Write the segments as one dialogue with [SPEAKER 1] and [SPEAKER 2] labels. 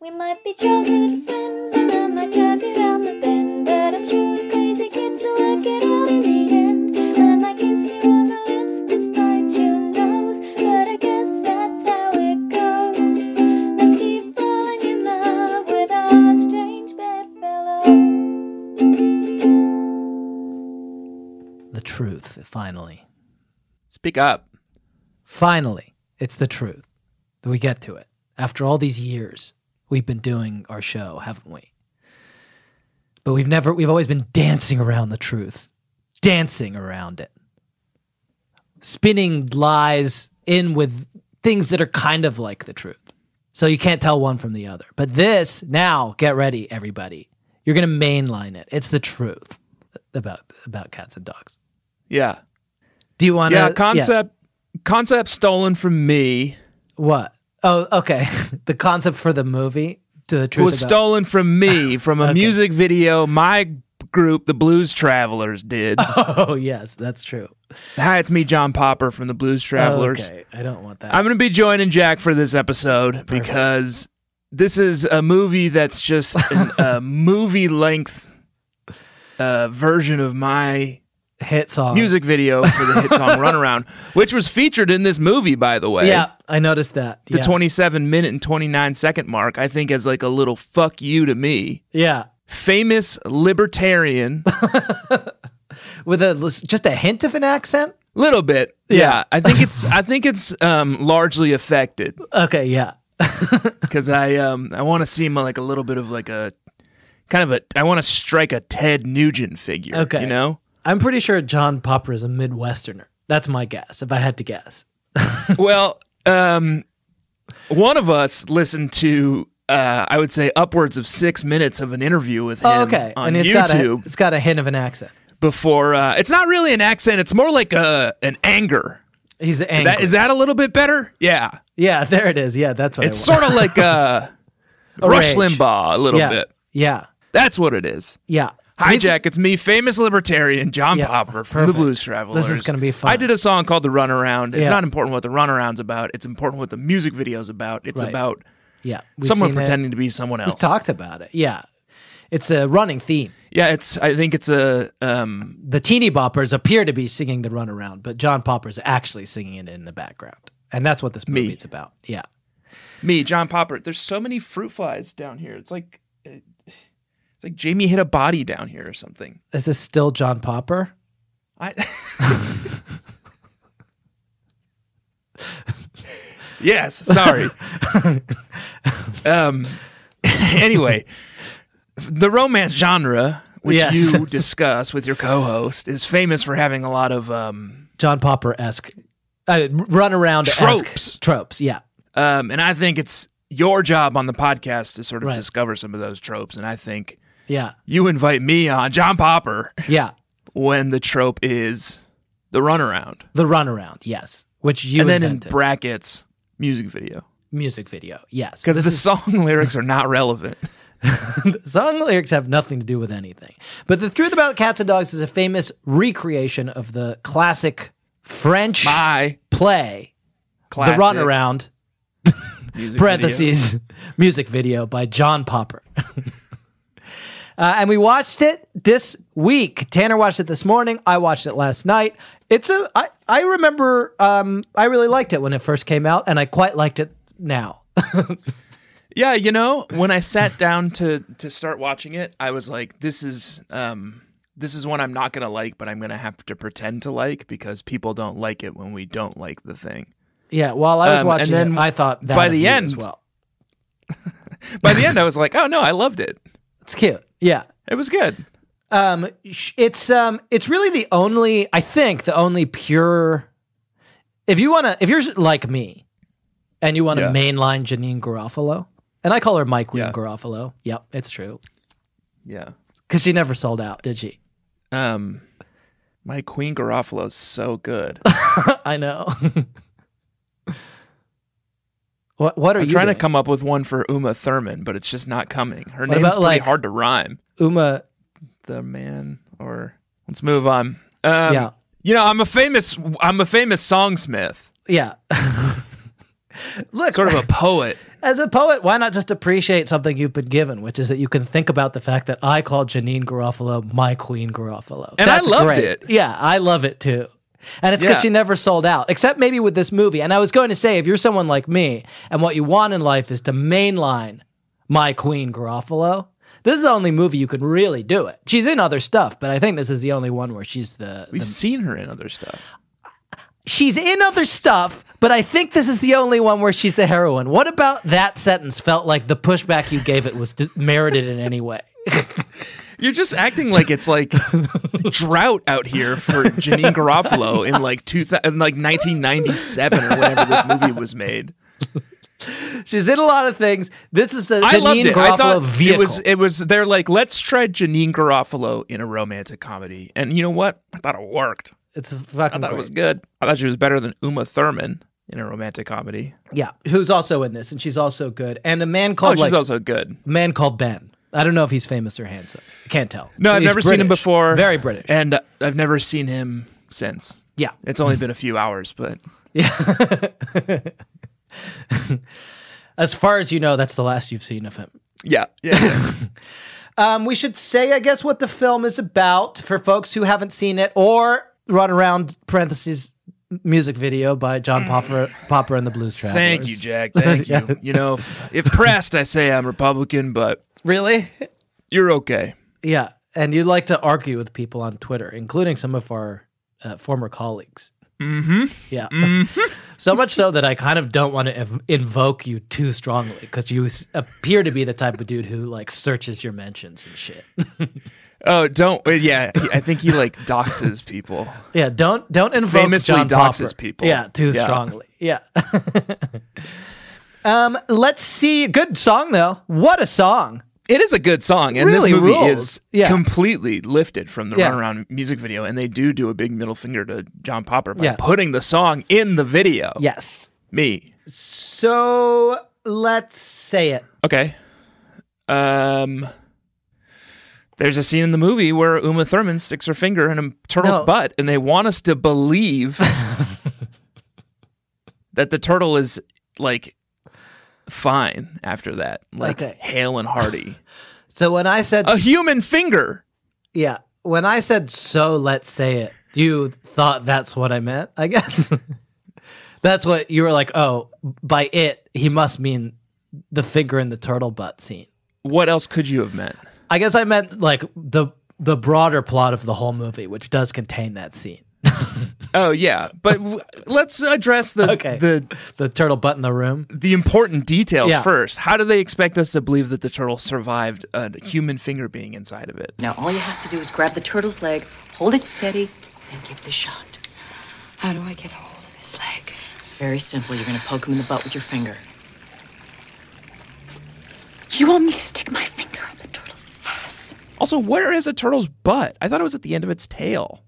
[SPEAKER 1] funny childhood friends, and I might drive you round the bend. But I'm sure it's crazy, kid, to work it out in the end. I might kiss you on the lips despite your nose, but I guess that's how it goes. Let's keep falling in love with our strange bedfellows.
[SPEAKER 2] The truth, finally.
[SPEAKER 3] Speak up.
[SPEAKER 2] Finally, it's the truth. that We get to it. After all these years, we've been doing our show, haven't we? But we've never, we've always been dancing around the truth, dancing around it, spinning lies in with things that are kind of like the truth. So you can't tell one from the other. But this, now, get ready, everybody. You're going to mainline it. It's the truth about about cats and dogs.
[SPEAKER 3] Yeah.
[SPEAKER 2] Do you want to?
[SPEAKER 3] yeah, concept concept stolen from me.
[SPEAKER 2] What? Oh, okay. the concept for the movie to the truth
[SPEAKER 3] was
[SPEAKER 2] about-
[SPEAKER 3] stolen from me from a
[SPEAKER 2] Okay.
[SPEAKER 3] music video my group, the Blues Travelers, did.
[SPEAKER 2] Oh yes, that's true.
[SPEAKER 3] Hi, it's me, John Popper from the Blues Travelers.
[SPEAKER 2] Okay, I don't want that.
[SPEAKER 3] I'm going to be joining Jack for this episode because this is a movie that's just an, a movie length uh, version of my
[SPEAKER 2] Hit song
[SPEAKER 3] music video for the hit song Runaround, which was featured in this movie, by the way.
[SPEAKER 2] Yeah, I noticed that.
[SPEAKER 3] The
[SPEAKER 2] yeah.
[SPEAKER 3] 27 minute and 29 second mark, I think, as like a little fuck you to me.
[SPEAKER 2] Yeah,
[SPEAKER 3] Famous libertarian,
[SPEAKER 2] with a just a hint of an accent.
[SPEAKER 3] little bit. Yeah. I think it's I think it's um, largely affected
[SPEAKER 2] Okay, yeah,
[SPEAKER 3] because I um I want to seem like a little bit of like a kind of a I want to strike a Ted Nugent figure.
[SPEAKER 2] Okay.
[SPEAKER 3] you know.
[SPEAKER 2] I'm pretty sure John Popper is a Midwesterner. That's my guess, if I had to guess.
[SPEAKER 3] well, um, one of us listened to uh, I would say upwards of six minutes of an interview with him
[SPEAKER 2] Oh, okay,
[SPEAKER 3] on
[SPEAKER 2] and it's got a,
[SPEAKER 3] YouTube
[SPEAKER 2] it's got a hint of an accent.
[SPEAKER 3] before. Uh, it's not really an accent; it's more like a an anger.
[SPEAKER 2] He's angry.
[SPEAKER 3] That, is that a little bit better? Yeah,
[SPEAKER 2] yeah, there it is. Yeah, that's what
[SPEAKER 3] it's
[SPEAKER 2] I want.
[SPEAKER 3] sort of like uh, Rush
[SPEAKER 2] rage.
[SPEAKER 3] Limbaugh a little
[SPEAKER 2] yeah,
[SPEAKER 3] bit.
[SPEAKER 2] yeah,
[SPEAKER 3] That's what it is.
[SPEAKER 2] yeah.
[SPEAKER 3] Hi,
[SPEAKER 2] It's-
[SPEAKER 3] Jack. It's me, famous libertarian John
[SPEAKER 2] Yeah,
[SPEAKER 3] Popper from the
[SPEAKER 2] perfect.
[SPEAKER 3] Blues Travelers.
[SPEAKER 2] This is gonna be fun.
[SPEAKER 3] I did a song called "The Runaround." It's
[SPEAKER 2] Yeah.
[SPEAKER 3] not important what the runaround's about. It's important what the music video's about. It's
[SPEAKER 2] Right.
[SPEAKER 3] about
[SPEAKER 2] Yeah, we've
[SPEAKER 3] someone
[SPEAKER 2] seen it.
[SPEAKER 3] pretending to be someone else.
[SPEAKER 2] We've talked about it. Yeah, it's a running theme.
[SPEAKER 3] Yeah, it's. I think it's a. Um,
[SPEAKER 2] the teeny boppers appear to be singing the runaround, but John Popper's actually singing it in the background. And that's what this
[SPEAKER 3] Me.
[SPEAKER 2] movie's about. Yeah.
[SPEAKER 3] me, John Popper. There's so many fruit flies down here. It's like, it's like Jamie hit a body down here or something.
[SPEAKER 2] Is this still John Popper?
[SPEAKER 3] I. yes. Sorry. um. Anyway, the romance genre, which
[SPEAKER 2] Yes.
[SPEAKER 3] you discuss with your co-host, is famous for having a lot of um.
[SPEAKER 2] John Popper esque. Uh, runaround
[SPEAKER 3] Tropes.
[SPEAKER 2] Tropes. Yeah.
[SPEAKER 3] Um. And I think it's your job on the podcast to sort of
[SPEAKER 2] Right.
[SPEAKER 3] discover some of those tropes, and I think
[SPEAKER 2] Yeah.
[SPEAKER 3] you invite me on John Popper
[SPEAKER 2] Yeah.
[SPEAKER 3] when the trope is the runaround,
[SPEAKER 2] The runaround. Yes. Which you
[SPEAKER 3] and then
[SPEAKER 2] invented.
[SPEAKER 3] in brackets, music video.
[SPEAKER 2] Music video. Yes.
[SPEAKER 3] because the song lyrics are not relevant.
[SPEAKER 2] Song lyrics have nothing to do with anything. But The Truth About Cats and Dogs is a famous recreation of the classic French
[SPEAKER 3] My
[SPEAKER 2] play,
[SPEAKER 3] classic
[SPEAKER 2] The Runaround,
[SPEAKER 3] music video.
[SPEAKER 2] parentheses music video by John Popper. Uh, and we watched it this week. Tanner watched it this morning. I watched it last night. It's a I I remember um I really liked it when it first came out, and I quite liked it now.
[SPEAKER 3] Yeah, you know, when I sat down to to start watching it, I was like, "This is um, this is one I'm not gonna like, but I'm gonna have to pretend to like because people don't like it when we don't like the thing."
[SPEAKER 2] yeah, while I was
[SPEAKER 3] Um, and
[SPEAKER 2] watching
[SPEAKER 3] then
[SPEAKER 2] it, I thought that
[SPEAKER 3] by
[SPEAKER 2] of
[SPEAKER 3] the
[SPEAKER 2] you
[SPEAKER 3] end-
[SPEAKER 2] as well.
[SPEAKER 3] By the end, I was like, "Oh no, I loved it.
[SPEAKER 2] It's cute. Yeah.
[SPEAKER 3] It was good."
[SPEAKER 2] um sh- it's um it's really the only i think the only pure if you want to if you're like me and you want to
[SPEAKER 3] Yeah.
[SPEAKER 2] mainline janine garofalo and i call her mike Ween
[SPEAKER 3] Yeah.
[SPEAKER 2] garofalo yep it's true
[SPEAKER 3] Yeah.
[SPEAKER 2] because she never sold out did she
[SPEAKER 3] Um, my Queen Garofalo's so good.
[SPEAKER 2] i know what what are
[SPEAKER 3] I'm
[SPEAKER 2] you
[SPEAKER 3] trying to
[SPEAKER 2] doing?
[SPEAKER 3] come up with one for Uma Thurman, but it's just not coming. Her
[SPEAKER 2] What
[SPEAKER 3] name's
[SPEAKER 2] about,
[SPEAKER 3] pretty
[SPEAKER 2] like-
[SPEAKER 3] hard to rhyme.
[SPEAKER 2] uma
[SPEAKER 3] the man or let's move on um,
[SPEAKER 2] Yeah.
[SPEAKER 3] you know i'm a famous i'm a famous songsmith
[SPEAKER 2] yeah Look,
[SPEAKER 3] Sort of a poet.
[SPEAKER 2] as a poet, why not just appreciate something you've been given, which is that you can think about the fact that I called Janine Garofalo my Queen Garofalo.
[SPEAKER 3] And I loved
[SPEAKER 2] great.
[SPEAKER 3] it.
[SPEAKER 2] Yeah, I love it too. And it's because
[SPEAKER 3] Yeah.
[SPEAKER 2] she never sold out, except maybe with this movie. And I was going to say, if you're someone like me and what you want in life is to mainline my Queen Garofalo, this is the only movie you can really do it. She's in other stuff, but I think this is the only one where she's the,
[SPEAKER 3] We've seen her in other stuff.
[SPEAKER 2] she's in other stuff, but I think this is the only one where she's a heroine. What about that sentence felt like the pushback you gave it was d- merited in any way?
[SPEAKER 3] You're just acting like it's like drought out here for Janine Garofalo in like two thou- in like 1997 or whenever this movie was made.
[SPEAKER 2] She's in a lot of things. This is a
[SPEAKER 3] I loved
[SPEAKER 2] Janine
[SPEAKER 3] it.
[SPEAKER 2] Garofalo
[SPEAKER 3] I thought
[SPEAKER 2] vehicle.
[SPEAKER 3] it was it was they're like let's try Janine Garofalo in a romantic comedy, and you know what? I thought it worked.
[SPEAKER 2] it's fucking
[SPEAKER 3] I thought
[SPEAKER 2] great.
[SPEAKER 3] it was good. I thought she was better than Uma Thurman in a romantic comedy.
[SPEAKER 2] yeah. Who's also in this, and she's also good. And a man
[SPEAKER 3] Oh,
[SPEAKER 2] called like
[SPEAKER 3] she's also good.
[SPEAKER 2] man called Ben. I don't know if he's famous or handsome. Can't tell.
[SPEAKER 3] No, I've
[SPEAKER 2] He's
[SPEAKER 3] never seen him
[SPEAKER 2] British.
[SPEAKER 3] before.
[SPEAKER 2] Very British.
[SPEAKER 3] and uh, I've never seen him since.
[SPEAKER 2] yeah.
[SPEAKER 3] It's only been a few hours, but
[SPEAKER 2] As far as you know, that's the last you've seen of him.
[SPEAKER 3] yeah, yeah.
[SPEAKER 2] Um, we should say, I guess, what the film is about for folks who haven't seen it or run around parentheses music video by John Popper, Popper and the Blues Travelers.
[SPEAKER 3] Thank you, Jack. Thank you. You know, if, if pressed, I say I'm Republican, but
[SPEAKER 2] Really?
[SPEAKER 3] you're okay.
[SPEAKER 2] Yeah. And you like to argue with people on Twitter, including some of our uh, former colleagues. Mm-hmm. Yeah. so much so that I kind of don't want to ev- invoke you too strongly because you s- appear to be the type of dude who like searches your mentions and shit.
[SPEAKER 3] Oh, don't. uh, Yeah, I think he like doxes people.
[SPEAKER 2] Yeah, don't don't invoke
[SPEAKER 3] Famously
[SPEAKER 2] John
[SPEAKER 3] doxes
[SPEAKER 2] Popper.
[SPEAKER 3] people.
[SPEAKER 2] Yeah, too
[SPEAKER 3] Yeah.
[SPEAKER 2] strongly. Yeah. um, let's see. Good song though. What a song.
[SPEAKER 3] It is a good song, and
[SPEAKER 2] Really
[SPEAKER 3] this movie
[SPEAKER 2] rules.
[SPEAKER 3] is
[SPEAKER 2] Yeah.
[SPEAKER 3] completely lifted from the
[SPEAKER 2] Yeah.
[SPEAKER 3] runaround music video. And they do do a big middle finger to John Popper by
[SPEAKER 2] Yeah.
[SPEAKER 3] putting the song in the video.
[SPEAKER 2] Yes.
[SPEAKER 3] Me.
[SPEAKER 2] So let's say it.
[SPEAKER 3] Okay. Um. There's a scene in the movie where Uma Thurman sticks her finger in a turtle's
[SPEAKER 2] No.
[SPEAKER 3] butt, and they want us to believe that the turtle is like fine after that, like
[SPEAKER 2] Okay.
[SPEAKER 3] hale and hearty.
[SPEAKER 2] So when I said
[SPEAKER 3] a human finger.
[SPEAKER 2] yeah, when I said so let's say it, you thought that's what I meant, I guess. that's what you were like, "Oh, by it, he must mean the finger in the turtle butt scene."
[SPEAKER 3] What else could you have meant?
[SPEAKER 2] I guess I meant like the the broader plot of the whole movie, which does contain that scene.
[SPEAKER 3] Oh yeah, but w- let's address the
[SPEAKER 2] Okay.
[SPEAKER 3] the
[SPEAKER 2] The turtle butt in the room.
[SPEAKER 3] the important details
[SPEAKER 2] Yeah.
[SPEAKER 3] first. How do they expect us to believe that the turtle survived a human finger being inside of it?
[SPEAKER 4] Now all you have to do is grab the turtle's leg, hold it steady, and give the shot.
[SPEAKER 5] How do I get hold of his leg?
[SPEAKER 4] Very simple. You're gonna poke him in the butt with your finger. You want me to stick my finger up the turtle's ass?
[SPEAKER 3] Also, where is a turtle's butt? I thought it was at the end of its tail.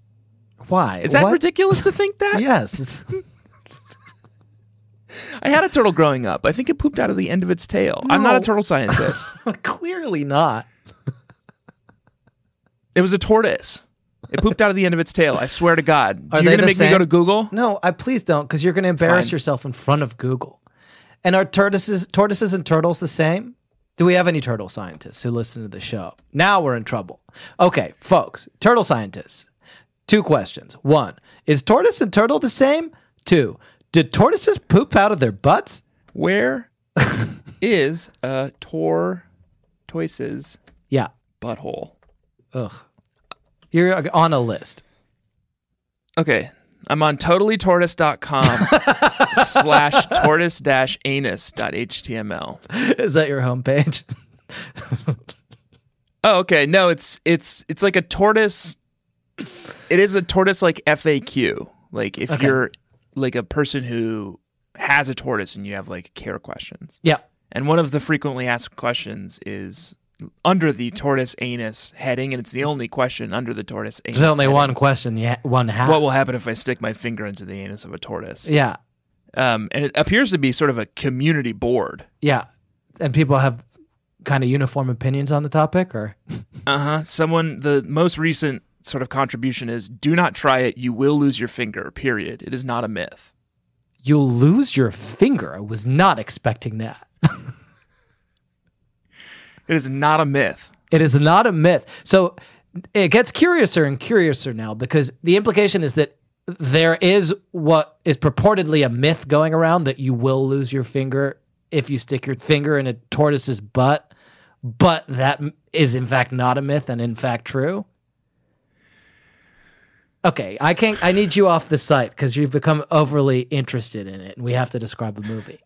[SPEAKER 2] Why
[SPEAKER 3] Is that
[SPEAKER 2] What?
[SPEAKER 3] ridiculous to think that?
[SPEAKER 2] Yes, it's,
[SPEAKER 3] I had a turtle growing up. I think it pooped out of the end of its tail. I'm not a turtle scientist.
[SPEAKER 2] clearly not.
[SPEAKER 3] it was a tortoise. It pooped out of the end of its tail. I swear to God.
[SPEAKER 2] Are
[SPEAKER 3] You're
[SPEAKER 2] they
[SPEAKER 3] gonna
[SPEAKER 2] the
[SPEAKER 3] make me go
[SPEAKER 2] same?
[SPEAKER 3] to Google?
[SPEAKER 2] No, I please don't, because you're going to embarrass
[SPEAKER 3] Fine.
[SPEAKER 2] yourself in front of Google. And are tortoises, tortoises and turtles the same? Do we have any turtle scientists who listen to the show? Now we're in trouble. Okay, folks, turtle scientists. Two questions. One, is tortoise and turtle the same? Two, did tortoises poop out of their butts?
[SPEAKER 3] Where is a tortoise's
[SPEAKER 2] Yeah.
[SPEAKER 3] butthole?
[SPEAKER 2] Ugh. You're on a list.
[SPEAKER 3] Okay. I'm on totallytortoise.com slash tortoise dash anus dot html.
[SPEAKER 2] Is that your homepage?
[SPEAKER 3] Oh, okay. No, it's it's it's like a tortoise. It is a tortoise like FAQ. Like if you're like a person who has a tortoise and you have like care questions.
[SPEAKER 2] yeah.
[SPEAKER 3] And one of the frequently asked questions is under the tortoise anus heading, and it's the only question under the tortoise anus.
[SPEAKER 2] There's only
[SPEAKER 3] heading.
[SPEAKER 2] one question, yeah, one half.
[SPEAKER 3] What will happen if I stick my finger into the anus of a tortoise?
[SPEAKER 2] Yeah.
[SPEAKER 3] Um, and it appears to be sort of a community board.
[SPEAKER 2] Yeah. And people have kind of uniform opinions on the topic or
[SPEAKER 3] Uh huh. Someone, the most recent sort of contribution is do not try it. You will lose your finger, period. It is not a myth.
[SPEAKER 2] You'll lose your finger. I was not expecting that.
[SPEAKER 3] It is not a myth.
[SPEAKER 2] It is not a myth. So it gets curiouser and curiouser now because the implication is that there is what is purportedly a myth going around that you will lose your finger if you stick your finger in a tortoise's butt, but that m- is in fact not a myth and in fact true. Okay, I can't. I need you off the site because you've become overly interested in it, and we have to describe the movie.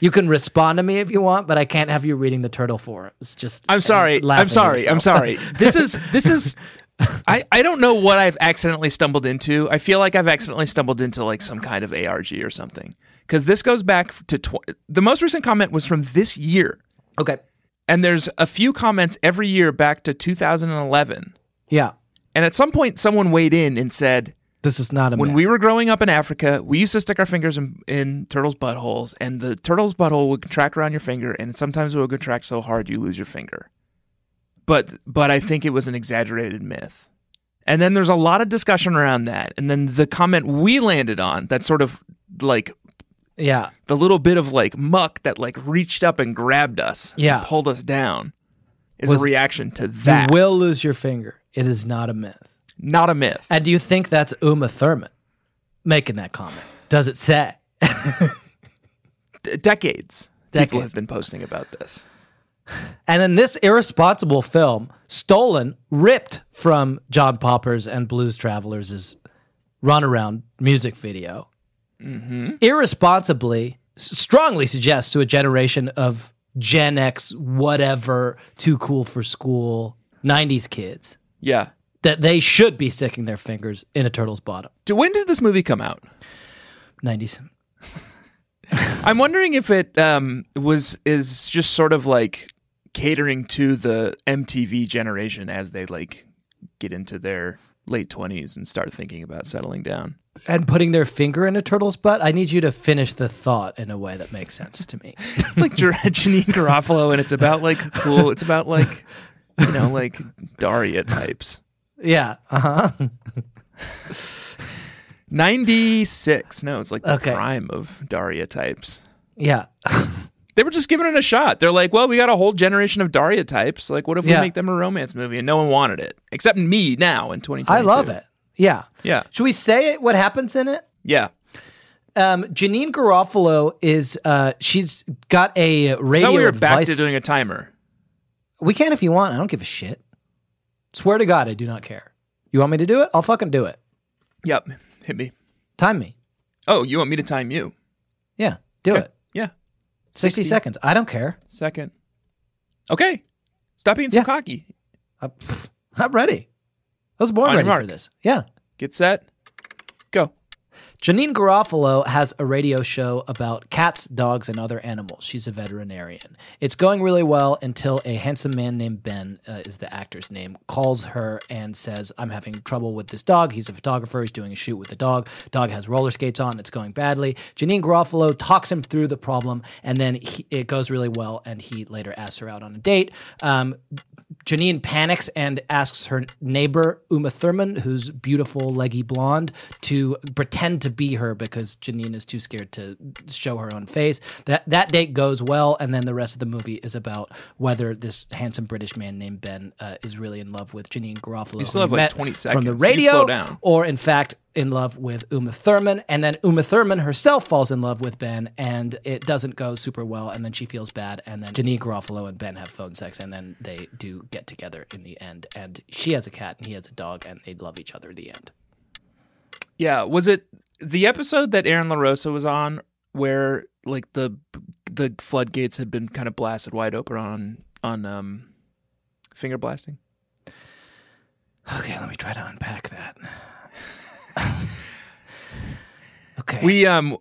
[SPEAKER 2] You can respond to me if you want, but I can't have you reading the turtle forums. Just
[SPEAKER 3] I'm
[SPEAKER 2] and
[SPEAKER 3] sorry.
[SPEAKER 2] laughing
[SPEAKER 3] I'm
[SPEAKER 2] at
[SPEAKER 3] sorry. I'm
[SPEAKER 2] yourself.
[SPEAKER 3] sorry. This is this is I, I don't know what I've accidentally stumbled into. I feel like I've accidentally stumbled into like some kind of ARG or something. Cuz this goes back to tw- the most recent comment was from this year.
[SPEAKER 2] Okay.
[SPEAKER 3] And there's a few comments every year back to 2011.
[SPEAKER 2] Yeah.
[SPEAKER 3] And at some point someone weighed in and said,
[SPEAKER 2] This is not a
[SPEAKER 3] when
[SPEAKER 2] myth.
[SPEAKER 3] we were growing up in Africa, we used to stick our fingers in, in turtles' buttholes, and the turtle's butthole would contract around your finger, and sometimes it would contract so hard you lose your finger. But but I think it was an exaggerated myth. And then there's a lot of discussion around that. And then the comment we landed on that sort of like
[SPEAKER 2] yeah.
[SPEAKER 3] the little bit of like muck that like reached up and grabbed us, and
[SPEAKER 2] Yeah.
[SPEAKER 3] pulled us down, is
[SPEAKER 2] Was-
[SPEAKER 3] a reaction to that.
[SPEAKER 2] You will lose your finger. It is not a myth.
[SPEAKER 3] Not a myth.
[SPEAKER 2] And do you think that's Uma Thurman making that comment? Does it say?
[SPEAKER 3] D- decades, people
[SPEAKER 2] Decades.
[SPEAKER 3] have been posting about this.
[SPEAKER 2] And then this irresponsible film, stolen, ripped from John Popper's and Blues Travelers' runaround music video, irresponsibly, s- strongly suggests to a generation of Gen X, whatever, too cool for school, 90s kids
[SPEAKER 3] Yeah.
[SPEAKER 2] that they should be sticking their fingers in a turtle's bottom.
[SPEAKER 3] D- When did this movie come out?
[SPEAKER 2] 90s.
[SPEAKER 3] I'm wondering if it um, was is just sort of like catering to the MTV generation as they like get into their late 20s and start thinking about settling down.
[SPEAKER 2] And putting their finger in a turtle's butt, I need you to finish the thought in a way that makes sense to me.
[SPEAKER 3] It's like Ger- Janine Garofalo, and it's about like cool. It's about like you know like Daria types.
[SPEAKER 2] yeah. Uh-huh.
[SPEAKER 3] 96. No, it's like the
[SPEAKER 2] Okay.
[SPEAKER 3] prime of Daria types.
[SPEAKER 2] Yeah.
[SPEAKER 3] They were just giving it a shot. They're like, well, we got a whole generation of Daria types. Like, what if
[SPEAKER 2] Yeah.
[SPEAKER 3] we make them a romance movie? And no one wanted it except me now in 2022.
[SPEAKER 2] I love it. Yeah.
[SPEAKER 3] Yeah.
[SPEAKER 2] Should we say it what happens in it?
[SPEAKER 3] Yeah.
[SPEAKER 2] Um, Janine Garofalo is uh she's got a
[SPEAKER 3] I
[SPEAKER 2] radio
[SPEAKER 3] thought we were back
[SPEAKER 2] advice.
[SPEAKER 3] to doing a timer.
[SPEAKER 2] we can if you want. I don't give a shit. Swear to God, I do not care. You want me to do it? I'll fucking do it.
[SPEAKER 3] Yep. Hit me.
[SPEAKER 2] Time me.
[SPEAKER 3] Oh, you want me to time you?
[SPEAKER 2] Yeah. Do
[SPEAKER 3] Okay.
[SPEAKER 2] it.
[SPEAKER 3] Yeah.
[SPEAKER 2] 60 seconds. I don't care.
[SPEAKER 3] Second. Okay. Stop being so
[SPEAKER 2] Yeah.
[SPEAKER 3] cocky.
[SPEAKER 2] I'm, I'm ready. I was born
[SPEAKER 3] On your
[SPEAKER 2] ready for
[SPEAKER 3] mark.
[SPEAKER 2] this. Yeah.
[SPEAKER 3] Get set. Go.
[SPEAKER 2] Janine Garofalo has a radio show about cats, dogs, and other animals. She's a veterinarian. It's going really well until a handsome man named Ben, uh, is the actor's name, calls her and says, I'm having trouble with this dog. He's a photographer. He's doing a shoot with the dog. Dog has roller skates on. It's going badly. Janine Garofalo talks him through the problem, and then he, it goes really well, and he later asks her out on a date. Um, Janine panics and asks her neighbor, Uma Thurman, who's beautiful, leggy blonde, to pretend to be her because Janine is too scared to show her own face. That that date goes well, and then the rest of the movie is about whether this handsome British man named Ben uh, is really in love with Janine Garofalo.
[SPEAKER 3] You still
[SPEAKER 2] who
[SPEAKER 3] have, like,
[SPEAKER 2] met
[SPEAKER 3] 20
[SPEAKER 2] From
[SPEAKER 3] seconds.
[SPEAKER 2] the
[SPEAKER 3] You slow
[SPEAKER 2] radio,
[SPEAKER 3] down.
[SPEAKER 2] or in fact in love with Uma Thurman and then Uma Thurman herself falls in love with Ben and it doesn't go super well and then she feels bad and then Janine Garofalo and Ben have phone sex and then they do get together in the end and she has a cat and he has a dog and they love each other at the end.
[SPEAKER 3] Yeah. Was it the episode that Aaron LaRosa was on where like the the floodgates had been kind of blasted wide open on on um finger blasting?
[SPEAKER 2] Okay, let me try to unpack that. okay.
[SPEAKER 3] We um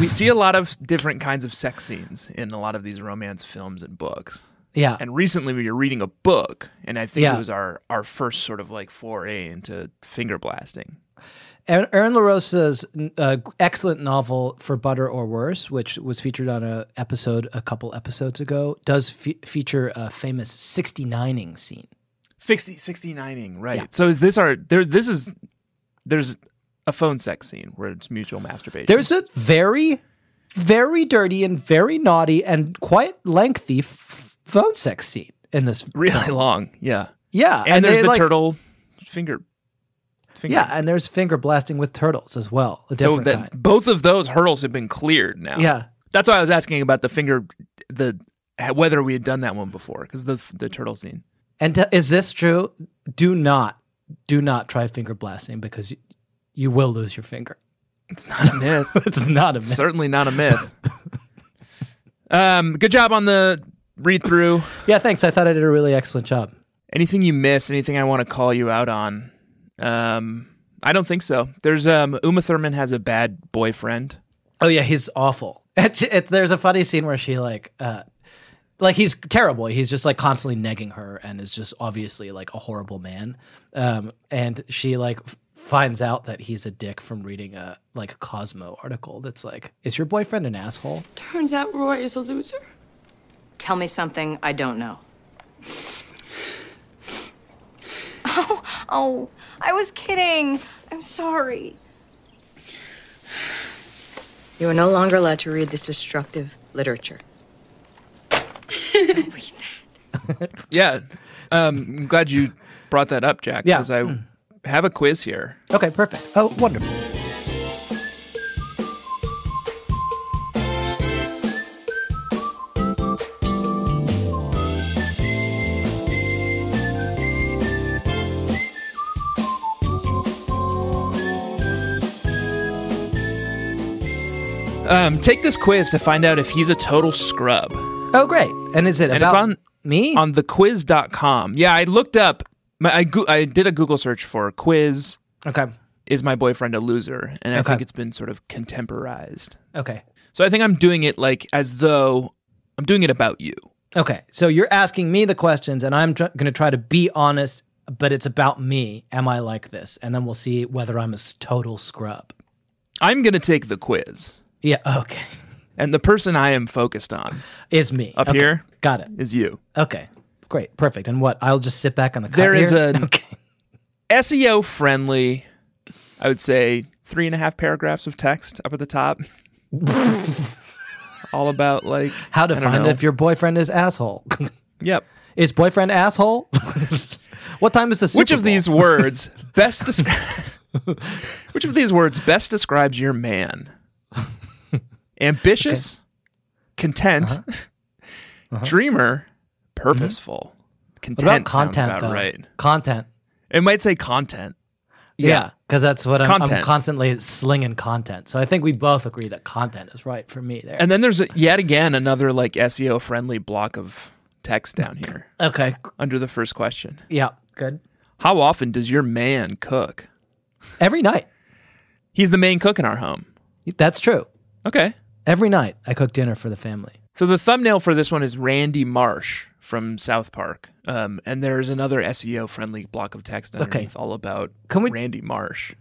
[SPEAKER 3] we see a lot of different kinds of sex scenes in a lot of these romance films and books.
[SPEAKER 2] yeah.
[SPEAKER 3] And recently we were reading a book, and I think
[SPEAKER 2] Yeah.
[SPEAKER 3] it was our our first sort of like foray into finger blasting.
[SPEAKER 2] Aaron Aaron LaRosa's uh, excellent novel For Butter or Worse, which was featured on a episode a couple episodes ago, does fe- feature a famous 69ing scene.
[SPEAKER 3] 60, 69ing, right.
[SPEAKER 2] Yeah.
[SPEAKER 3] So is this our there this is there's a phone sex scene where it's mutual masturbation.
[SPEAKER 2] There's a very, very dirty and very naughty and quite lengthy f- phone sex scene in this.
[SPEAKER 3] really long, yeah.
[SPEAKER 2] Yeah,
[SPEAKER 3] And, there's
[SPEAKER 2] they,
[SPEAKER 3] the
[SPEAKER 2] like-
[SPEAKER 3] turtle finger. finger
[SPEAKER 2] Yeah, and there's finger blasting with turtles as well. A
[SPEAKER 3] so
[SPEAKER 2] different
[SPEAKER 3] that
[SPEAKER 2] kind.
[SPEAKER 3] both of those hurdles have been cleared now.
[SPEAKER 2] Yeah.
[SPEAKER 3] that's why I was asking about the finger, the whether we had done that one before because the the turtle scene.
[SPEAKER 2] And t- is this true? Do not, do not try finger blasting because you, you will lose your finger.
[SPEAKER 3] It's not a myth.
[SPEAKER 2] It's not a myth.
[SPEAKER 3] Certainly not a myth. um, good job on the read through.
[SPEAKER 2] yeah, thanks. I thought I did a really excellent job.
[SPEAKER 3] Anything you miss? Anything I want to call you out on? Um, I don't think so. There's um, Uma Thurman has a bad boyfriend.
[SPEAKER 2] Oh yeah, he's awful. It's, it's, there's a funny scene where she like, uh, like he's terrible. He's just like constantly negging her, and is just obviously like a horrible man. Um, and she like f- finds out that he's a dick from reading a like Cosmo article that's like, is your boyfriend an asshole?
[SPEAKER 5] Turns out Roy is a loser.
[SPEAKER 6] Tell me something I don't know.
[SPEAKER 7] Oh, I was kidding. I'm sorry.
[SPEAKER 4] You are no longer allowed to read this destructive literature.
[SPEAKER 3] Yeah, um, I'm glad you brought that up, Jack.
[SPEAKER 2] Yeah. Hmm.
[SPEAKER 3] Because I have a quiz here.
[SPEAKER 2] Okay, perfect. Oh, wonderful.
[SPEAKER 3] Um, take this quiz to find out if he's a total scrub.
[SPEAKER 2] Oh, great. And is it
[SPEAKER 3] And
[SPEAKER 2] about
[SPEAKER 3] it's on
[SPEAKER 2] me?
[SPEAKER 3] on thequiz.com. Yeah, I looked up. My, I go- I did a Google search for quiz.
[SPEAKER 2] okay.
[SPEAKER 3] Is my boyfriend a loser? And I
[SPEAKER 2] Okay.
[SPEAKER 3] think it's been sort of contemporized.
[SPEAKER 2] Okay.
[SPEAKER 3] So I think I'm doing it like as though I'm doing it about you.
[SPEAKER 2] Okay. So you're asking me the questions, and I'm tr- going to try to be honest, but it's about me. Am I like this? And then we'll see whether I'm a s- total scrub.
[SPEAKER 3] I'm going to take the quiz.
[SPEAKER 2] Yeah. Okay.
[SPEAKER 3] And the person I am focused on
[SPEAKER 2] Is me
[SPEAKER 3] Up
[SPEAKER 2] Okay,
[SPEAKER 3] here?
[SPEAKER 2] Got it.
[SPEAKER 3] is you.
[SPEAKER 2] Okay. Great. Perfect. And what? I'll just sit back on the. cot
[SPEAKER 3] There is
[SPEAKER 2] here?
[SPEAKER 3] a-
[SPEAKER 2] Okay.
[SPEAKER 3] SEO E friendly, I would say three and a half paragraphs of text up at the top. All about like
[SPEAKER 2] How to
[SPEAKER 3] I don't
[SPEAKER 2] find
[SPEAKER 3] know.
[SPEAKER 2] if your boyfriend is asshole?
[SPEAKER 3] Yep.
[SPEAKER 2] is boyfriend asshole? what time is the Super
[SPEAKER 3] Which of
[SPEAKER 2] Bowl?
[SPEAKER 3] these words best describes Which of these words best describes your man? Ambitious, content, dreamer, purposeful.
[SPEAKER 2] Uh-huh. Mm-hmm. What about
[SPEAKER 3] Content
[SPEAKER 2] content
[SPEAKER 3] sounds about
[SPEAKER 2] though?
[SPEAKER 3] right.
[SPEAKER 2] Content.
[SPEAKER 3] It might say content.
[SPEAKER 2] Yeah, because that's what I'm, I'm
[SPEAKER 3] Content.
[SPEAKER 2] constantly slinging content. So I think we both agree that content is right for me there.
[SPEAKER 3] And then there's yet again another like SEO friendly block of text down here
[SPEAKER 2] okay,
[SPEAKER 3] under the first question.
[SPEAKER 2] yeah, good.
[SPEAKER 3] How often does your man cook?
[SPEAKER 2] Every night,
[SPEAKER 3] He's the main cook in our home.
[SPEAKER 2] that's true.
[SPEAKER 3] Okay.
[SPEAKER 2] Every night I cook dinner for the family.
[SPEAKER 3] So the thumbnail for this one is Randy Marsh from South Park, um, and there's another SEO-friendly block of text underneath all about
[SPEAKER 2] Can we- Uh,
[SPEAKER 3] Randy Marsh.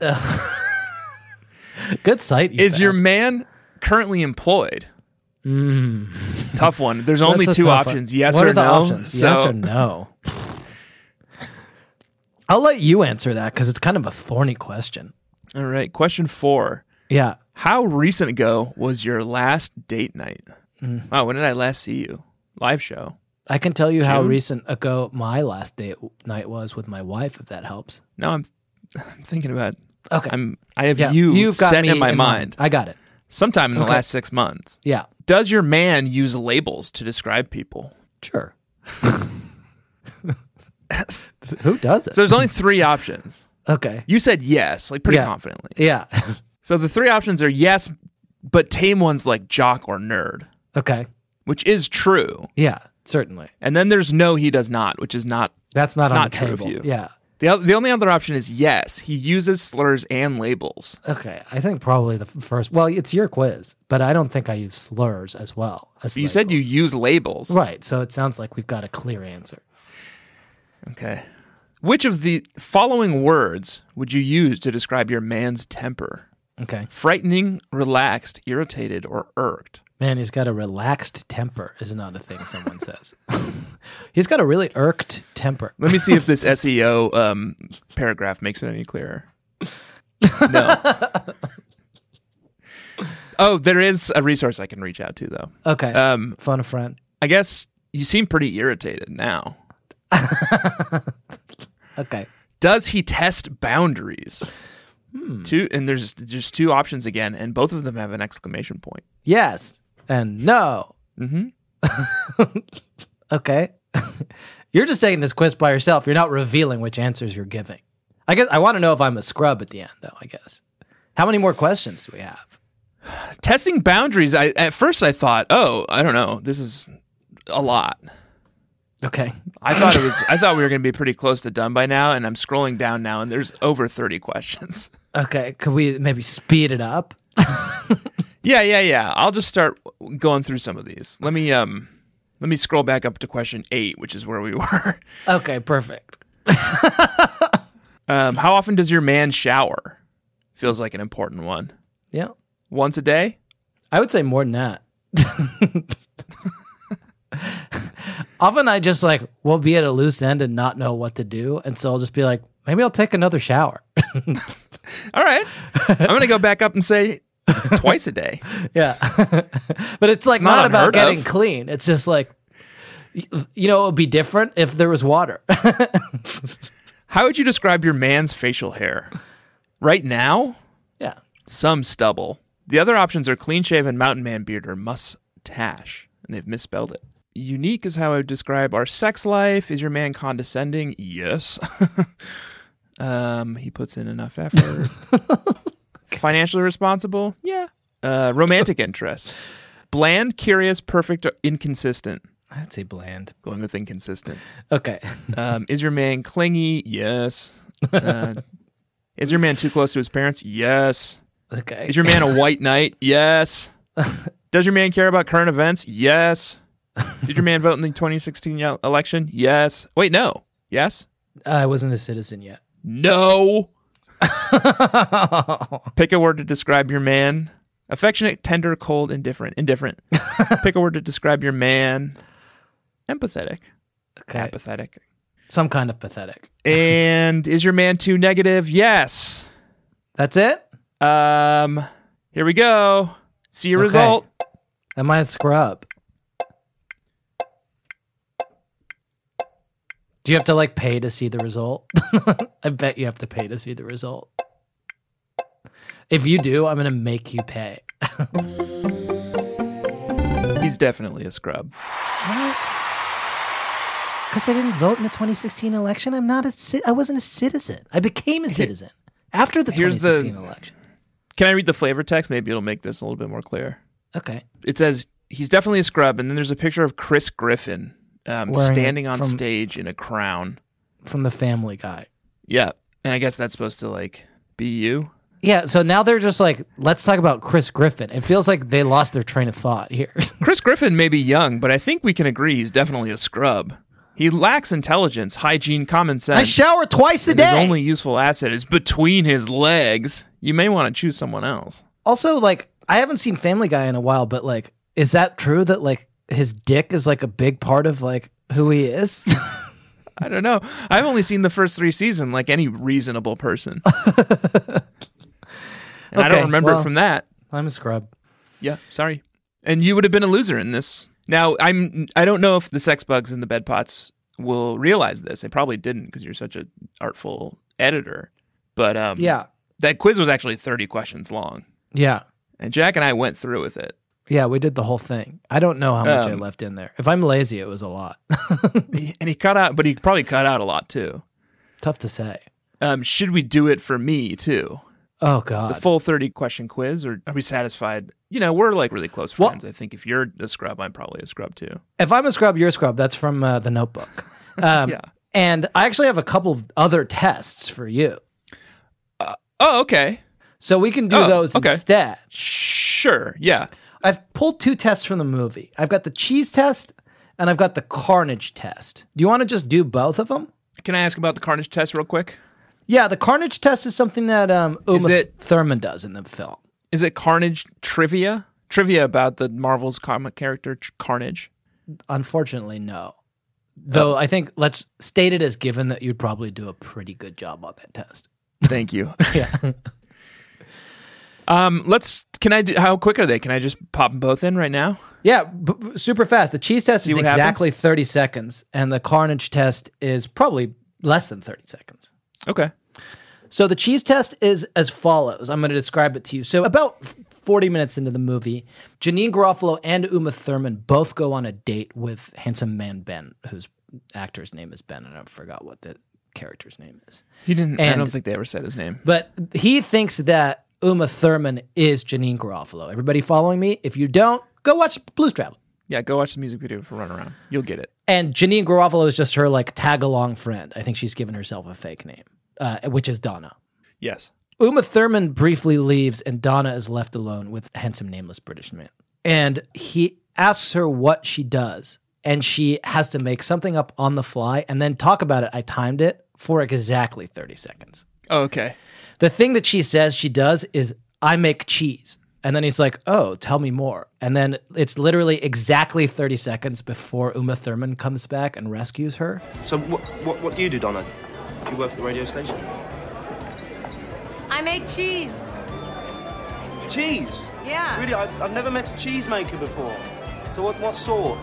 [SPEAKER 2] Good sight. you
[SPEAKER 3] is your
[SPEAKER 2] found.
[SPEAKER 3] man currently employed? Tough one. There's
[SPEAKER 2] Mm.
[SPEAKER 3] only
[SPEAKER 2] That's a
[SPEAKER 3] two
[SPEAKER 2] tough one.
[SPEAKER 3] options: yes
[SPEAKER 2] What
[SPEAKER 3] or
[SPEAKER 2] are the
[SPEAKER 3] no.
[SPEAKER 2] options?
[SPEAKER 3] So
[SPEAKER 2] Yes or no. I'll let you answer that because it's kind of a thorny question.
[SPEAKER 3] all right. Question four:
[SPEAKER 2] Yeah.
[SPEAKER 3] How recent ago was your last date night?
[SPEAKER 2] Mm.
[SPEAKER 3] Wow, when did I last see you? Live show.
[SPEAKER 2] I can tell you how
[SPEAKER 3] June?
[SPEAKER 2] recent ago my last date night was with my wife, if that helps.
[SPEAKER 3] No, I'm, I'm thinking about.
[SPEAKER 2] Okay.
[SPEAKER 3] I'm. I have
[SPEAKER 2] Yeah,
[SPEAKER 3] you
[SPEAKER 2] You've got
[SPEAKER 3] set
[SPEAKER 2] me
[SPEAKER 3] in my mind.
[SPEAKER 2] I got it.
[SPEAKER 3] Sometime in the last six months.
[SPEAKER 2] Yeah.
[SPEAKER 3] Does your man use labels to describe people?
[SPEAKER 2] Sure. Who does it?
[SPEAKER 3] So there's only three options.
[SPEAKER 2] okay.
[SPEAKER 3] You said yes, like pretty
[SPEAKER 2] Yeah.
[SPEAKER 3] confidently.
[SPEAKER 2] Yeah.
[SPEAKER 3] So the three options are yes, but tame ones like jock or nerd,
[SPEAKER 2] okay.
[SPEAKER 3] which is true.
[SPEAKER 2] Yeah. Certainly.
[SPEAKER 3] And then there's no, he does not, which is not.
[SPEAKER 2] That's not, on
[SPEAKER 3] Not
[SPEAKER 2] the
[SPEAKER 3] true of
[SPEAKER 2] table.
[SPEAKER 3] you.
[SPEAKER 2] Yeah.
[SPEAKER 3] The, o- the only other option is yes, he uses slurs and labels.
[SPEAKER 2] Okay. I think probably the f- first. Well, it's your quiz, but I don't think I use slurs as well as.
[SPEAKER 3] But you said you
[SPEAKER 2] labels.
[SPEAKER 3] use labels.
[SPEAKER 2] Right. So it sounds like we've got a clear answer.
[SPEAKER 3] Okay. Which of the following words would you use to describe your man's temper?
[SPEAKER 2] Okay.
[SPEAKER 3] Frightening, relaxed, irritated, or irked?
[SPEAKER 2] Man, he's got a relaxed temper. Is not a thing someone says. he's got a really irked temper.
[SPEAKER 3] Uh, E Let me see if this SEO um, paragraph makes it any clearer. No. oh, there is a resource I can reach out to though.
[SPEAKER 2] Okay.
[SPEAKER 3] Um,
[SPEAKER 2] Phone a friend.
[SPEAKER 3] I guess you seem pretty irritated now.
[SPEAKER 2] Okay.
[SPEAKER 3] Does he test boundaries? Two and there's just two options again, and both of them have an exclamation point.
[SPEAKER 2] Yes and no. Mm-hmm. okay. you're just taking this quiz by yourself. You're not revealing which answers you're giving. I guess I want to know if I'm a scrub at the end, though. I guess. How many more questions do we have?
[SPEAKER 3] Testing boundaries. I at first I thought, oh, I don't know, this is a lot.
[SPEAKER 2] Okay.
[SPEAKER 3] I thought it was. I thought we were going to be pretty close to done by now, and I'm scrolling down now, and there's over 30 questions.
[SPEAKER 2] Okay. Could we maybe speed it up?
[SPEAKER 3] Yeah, yeah, yeah. I'll just start going through some of these. Let me um, let me scroll back up to question eight, which is where we were.
[SPEAKER 2] Okay. Perfect.
[SPEAKER 3] Um, how often does your man shower? Feels like an important one.
[SPEAKER 2] Yeah.
[SPEAKER 3] Once a day.
[SPEAKER 2] I would say more than that. Often I just like will be at a loose end and not know what to do. And so I'll just be like, maybe I'll take another shower.
[SPEAKER 3] All right. I'm going to go back up and say twice a day.
[SPEAKER 2] yeah. but it's like
[SPEAKER 3] not
[SPEAKER 2] not, about
[SPEAKER 3] unheard of.
[SPEAKER 2] getting clean. It's just like, y- you know, it would be different if there was water.
[SPEAKER 3] How would you describe your man's facial hair? Right now,
[SPEAKER 2] yeah.
[SPEAKER 3] some stubble. The other options are clean shaven mountain man beard or mustache, and they've misspelled it. Unique is how I would describe our sex life. Is your man condescending? Yes. um, he puts in enough effort. Financially responsible? Yeah. Uh, romantic interests. Bland, curious, perfect, or inconsistent.
[SPEAKER 2] I'd say bland.
[SPEAKER 3] Going with inconsistent.
[SPEAKER 2] Okay.
[SPEAKER 3] Um, is your man clingy? Yes. Uh, is your man too close to his parents? Yes.
[SPEAKER 2] Okay.
[SPEAKER 3] Is your man a white knight? Yes. Does your man care about current events? Yes. Did your man vote in the 2016 ye- election? Yes. Wait, no. Yes.
[SPEAKER 2] I wasn't a citizen yet.
[SPEAKER 3] No.
[SPEAKER 2] Oh,
[SPEAKER 3] Pick a word to describe your man. Affectionate, tender, cold, indifferent. Indifferent. Pick a word to describe your man. Empathetic.
[SPEAKER 2] Okay.
[SPEAKER 3] Apathetic.
[SPEAKER 2] Some kind of pathetic.
[SPEAKER 3] And is your man too negative? Yes.
[SPEAKER 2] That's it?
[SPEAKER 3] Um, here we go. See your
[SPEAKER 2] Okay.
[SPEAKER 3] result.
[SPEAKER 2] Am I a scrub? Do you have to like pay to see the result? I bet you have to pay to see the result. If you do, I'm going to make you pay.
[SPEAKER 3] He's definitely a scrub.
[SPEAKER 2] Because I didn't vote in the 2016 election. I'm not a ci- I wasn't a citizen. I became a citizen after the
[SPEAKER 3] here's the-
[SPEAKER 2] 2016 election.
[SPEAKER 3] Can I read the flavor text? Maybe it'll make this a little bit more clear.
[SPEAKER 2] Okay.
[SPEAKER 3] It says he's definitely a scrub, and then there's a picture of Chris Griffin um,
[SPEAKER 2] Wearing it
[SPEAKER 3] standing on
[SPEAKER 2] from-
[SPEAKER 3] stage in a crown.
[SPEAKER 2] From the family guy.
[SPEAKER 3] Yeah, and I guess that's supposed to like be you.
[SPEAKER 2] Yeah. So now they're just like, let's talk about Chris Griffin. It feels like they lost their train of thought here.
[SPEAKER 3] Chris Griffin may be young, but I think we can agree he's definitely a scrub. He lacks intelligence, hygiene, common
[SPEAKER 2] I
[SPEAKER 3] sense.
[SPEAKER 2] shower twice a
[SPEAKER 3] and his
[SPEAKER 2] day.
[SPEAKER 3] only useful asset is between his legs. You may want to choose someone else.
[SPEAKER 2] Also, like, I haven't seen Family Guy in a while, but like, is that true that like his dick is like a big part of like who he is?
[SPEAKER 3] I don't know. I've only seen the first three season, like any reasonable person. and I
[SPEAKER 2] Okay,
[SPEAKER 3] don't remember
[SPEAKER 2] well-
[SPEAKER 3] it from that.
[SPEAKER 2] I'm a scrub.
[SPEAKER 3] Yeah, sorry. And you would have been a loser in this. Now I'm. I don't know if the sex bugs in the bed pots will realize this. They probably didn't because you're such an artful editor. But um,
[SPEAKER 2] Yeah.
[SPEAKER 3] that quiz was actually 30 questions long,
[SPEAKER 2] Yeah.
[SPEAKER 3] and Jack and I went through with it.
[SPEAKER 2] Yeah, we did the whole thing. I don't know how much I
[SPEAKER 3] Um,
[SPEAKER 2] left in there. If I'm lazy, it was a lot.
[SPEAKER 3] He- And he cut out, but he probably cut out a lot too.
[SPEAKER 2] Tough to say.
[SPEAKER 3] Um, should we do it for me too?
[SPEAKER 2] Oh
[SPEAKER 3] the
[SPEAKER 2] god.
[SPEAKER 3] full 30 question quiz or are we satisfied you know we're like really close
[SPEAKER 2] Well-
[SPEAKER 3] friends i think if you're a scrub i'm probably a scrub too
[SPEAKER 2] if I'm a scrub, you're a scrub. That's from uh, the Notebook. Um,
[SPEAKER 3] Yeah.
[SPEAKER 2] And I actually have a couple of other tests for you,
[SPEAKER 3] oh okay
[SPEAKER 2] so we can do
[SPEAKER 3] Oh,
[SPEAKER 2] those
[SPEAKER 3] okay.
[SPEAKER 2] instead.
[SPEAKER 3] sure yeah
[SPEAKER 2] I've pulled two tests from the movie. I've got the cheese test and I've got the carnage test. Do you want to just do both of them?
[SPEAKER 3] can i ask about the carnage test real quick
[SPEAKER 2] Yeah, the carnage test is something that um, Uma
[SPEAKER 3] it-
[SPEAKER 2] Thurman does in the film.
[SPEAKER 3] is it carnage trivia trivia about the marvel's comic character Ch- carnage
[SPEAKER 2] Unfortunately, no. Though I think let's state it as given that you'd probably do a pretty good job on that test.
[SPEAKER 3] thank you yeah Um, let's. Can I do? How quick are they? Can I just pop them both in right now?
[SPEAKER 2] Yeah, b- b- super fast. The cheese test is
[SPEAKER 3] what happens?
[SPEAKER 2] exactly 30 seconds, and the carnage test is probably less than 30 seconds.
[SPEAKER 3] Okay.
[SPEAKER 2] So the cheese test is as follows. I'm going to describe it to you. So about f- 40 minutes into the movie, Janine Garofalo and Uma Thurman both go on a date with handsome man Ben, whose actor's name is Ben, and I forgot what the character's name is.
[SPEAKER 3] He didn't. I don't
[SPEAKER 2] And-
[SPEAKER 3] think they ever said his name.
[SPEAKER 2] But he thinks that Uma Thurman is Janine Garofalo. Everybody following me? If you don't, go watch Blues Travel.
[SPEAKER 3] Yeah, go watch the music video for Run Around. You'll get it.
[SPEAKER 2] And Janine Garofalo is just her like tag along friend. I think she's given herself a fake name, uh, which is Donna.
[SPEAKER 3] Yes.
[SPEAKER 2] Uma Thurman briefly leaves, and Donna is left alone with a handsome, nameless British man. And he asks her what she does, and she has to make something up on the fly and then talk about it. I timed it for exactly 30 seconds.
[SPEAKER 3] okay.
[SPEAKER 2] The thing that she says she does is, I make cheese. And then he's like, Oh, tell me more. And then it's literally exactly 30 seconds before Uma Thurman comes back and rescues her.
[SPEAKER 8] So what, what, what do you do, Donna? Do you work at the radio station?
[SPEAKER 6] I make cheese.
[SPEAKER 8] Cheese?
[SPEAKER 6] Yeah.
[SPEAKER 8] Really, I've, I've never met a cheesemaker before. So what, what sort?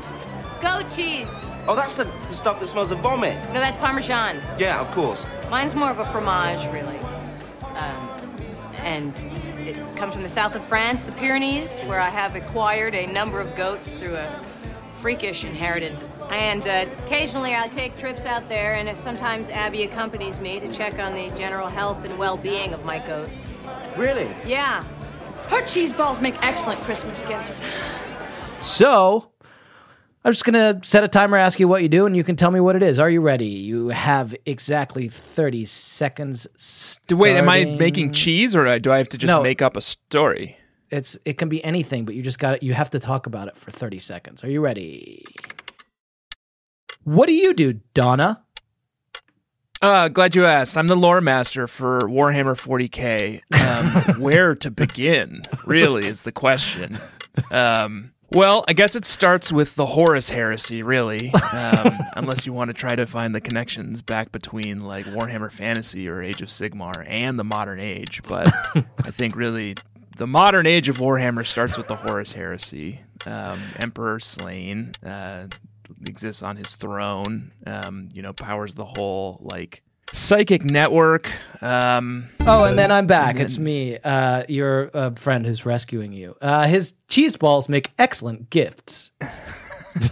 [SPEAKER 6] Goat cheese.
[SPEAKER 8] Oh, that's the, the stuff that smells of vomit.
[SPEAKER 6] No, that's Parmesan.
[SPEAKER 8] Yeah, of course.
[SPEAKER 6] Mine's more of a fromage, really. Um, and it comes from the south of France, the Pyrenees, where I have acquired a number of goats through a freakish inheritance. And uh, occasionally I take trips out there, and sometimes Abby accompanies me to check on the general health and well being of my goats.
[SPEAKER 8] Really?
[SPEAKER 6] Yeah.
[SPEAKER 5] Her cheese balls make excellent Christmas gifts.
[SPEAKER 2] So I'm just going to set a timer, ask you what you do, and you can tell me what it is. Are you ready? You have exactly 30 seconds.
[SPEAKER 3] Do, wait, am I
[SPEAKER 2] starting-
[SPEAKER 3] making cheese or do I have to just
[SPEAKER 2] No.
[SPEAKER 3] make up a story?
[SPEAKER 2] It's it can be anything, but you just got it. You have to talk about it for 30 seconds. Are you ready? What do you do, Donna?
[SPEAKER 3] Uh, glad you asked. I'm the lore master for Warhammer 40k. Um, where to begin, really, is the question. Um, well, I guess it starts with the Horus heresy, really, um, unless you want to try to find the connections back between like Warhammer Fantasy or Age of Sigmar and the modern age. But I think really the modern age of Warhammer starts with the Horus heresy. Um, Emperor slain. Uh, exists on his throne. Um, you know, powers the whole like psychic network. Um,
[SPEAKER 2] Oh, and then I'm back. It's me, uh, your uh, friend who's rescuing you. Uh, his cheese balls make excellent gifts.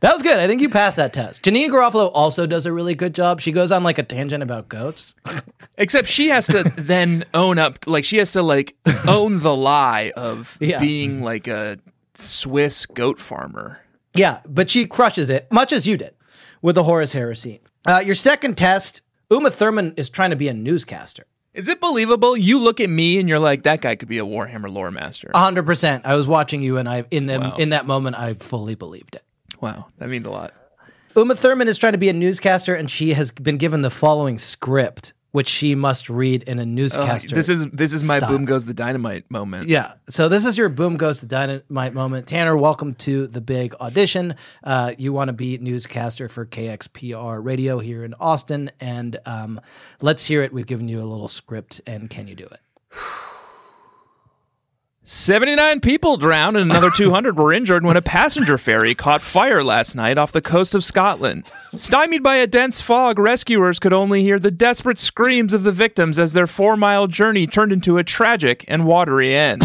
[SPEAKER 2] that was good. I think you passed that test. Janine Garofalo also does a really good job. She goes on like a tangent about goats.
[SPEAKER 3] except she has to then own up. Like she has to like own the lie of
[SPEAKER 2] Yeah.
[SPEAKER 3] being like a Swiss goat farmer.
[SPEAKER 2] Yeah, but she crushes it, much as you did with the Horus Heresy. Uh, your second test, Uma Thurman is trying to be a newscaster.
[SPEAKER 3] Is it believable? You look at me and you're like, that guy could be a Warhammer lore master.
[SPEAKER 2] hundred percent. I was watching you, and I in the
[SPEAKER 3] Wow.
[SPEAKER 2] in that moment, I fully believed it.
[SPEAKER 3] wow, that means a lot.
[SPEAKER 2] Uma Thurman is trying to be a newscaster, and she has been given the following script, which she must read in a
[SPEAKER 3] Ugh,
[SPEAKER 2] newscaster.
[SPEAKER 3] this is this is my
[SPEAKER 2] Stop.
[SPEAKER 3] boom goes the dynamite moment.
[SPEAKER 2] yeah. So this is your boom goes to dynamite moment. Tanner, welcome to the big audition. Uh, you want to be newscaster for KXPR Radio here in Austin, and um, let's hear it. We've given you a little script, and can you do it?
[SPEAKER 3] 79 people drowned and another 200 were injured when a passenger ferry caught fire last night off the coast of Scotland. Stymied by a dense fog, rescuers could only hear the desperate screams of the victims as their four mile journey turned into a tragic and watery end.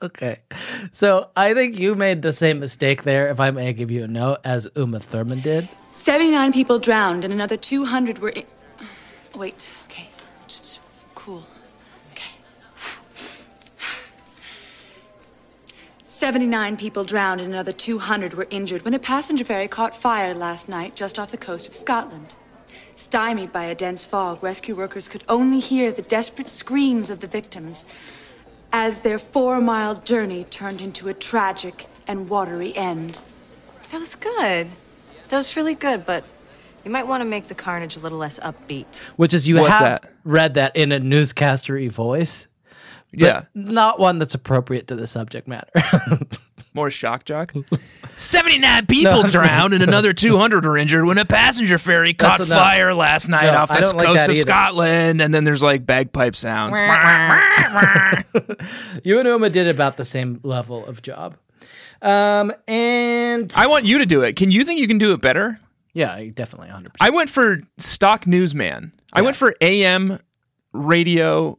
[SPEAKER 2] Okay. So I think you made the same mistake there, if I may give you a note, as Uma Thurman did.
[SPEAKER 5] 79 people drowned and another 200 were. In- Wait, okay. Just cool. Okay. 79 people drowned and another 200 were injured when a passenger ferry caught fire last night just off the coast of Scotland. Stymied by a dense fog, rescue workers could only hear the desperate screams of the victims as their four mile journey turned into a tragic and watery end.
[SPEAKER 6] That was good. That was really good, but you might want to make the carnage a little less upbeat.
[SPEAKER 2] Which is you
[SPEAKER 3] What's
[SPEAKER 2] have
[SPEAKER 3] that?
[SPEAKER 2] read that in a newscastery voice.
[SPEAKER 3] yeah.
[SPEAKER 2] Not one that's appropriate to the subject matter.
[SPEAKER 3] More shock jock. 79 people drowned and another 200 were injured when a passenger ferry caught
[SPEAKER 2] enough.
[SPEAKER 3] fire last night
[SPEAKER 2] No,
[SPEAKER 3] off the
[SPEAKER 2] I don't
[SPEAKER 3] coast
[SPEAKER 2] like that
[SPEAKER 3] of
[SPEAKER 2] either.
[SPEAKER 3] Scotland. And then there's like bagpipe sounds.
[SPEAKER 2] You and Uma did about the same level of job. Um, and
[SPEAKER 3] I want you to do it. Can you think you can do it better?
[SPEAKER 2] yeah, I definitely 100%.
[SPEAKER 3] I went for stock newsman. I went for AM radio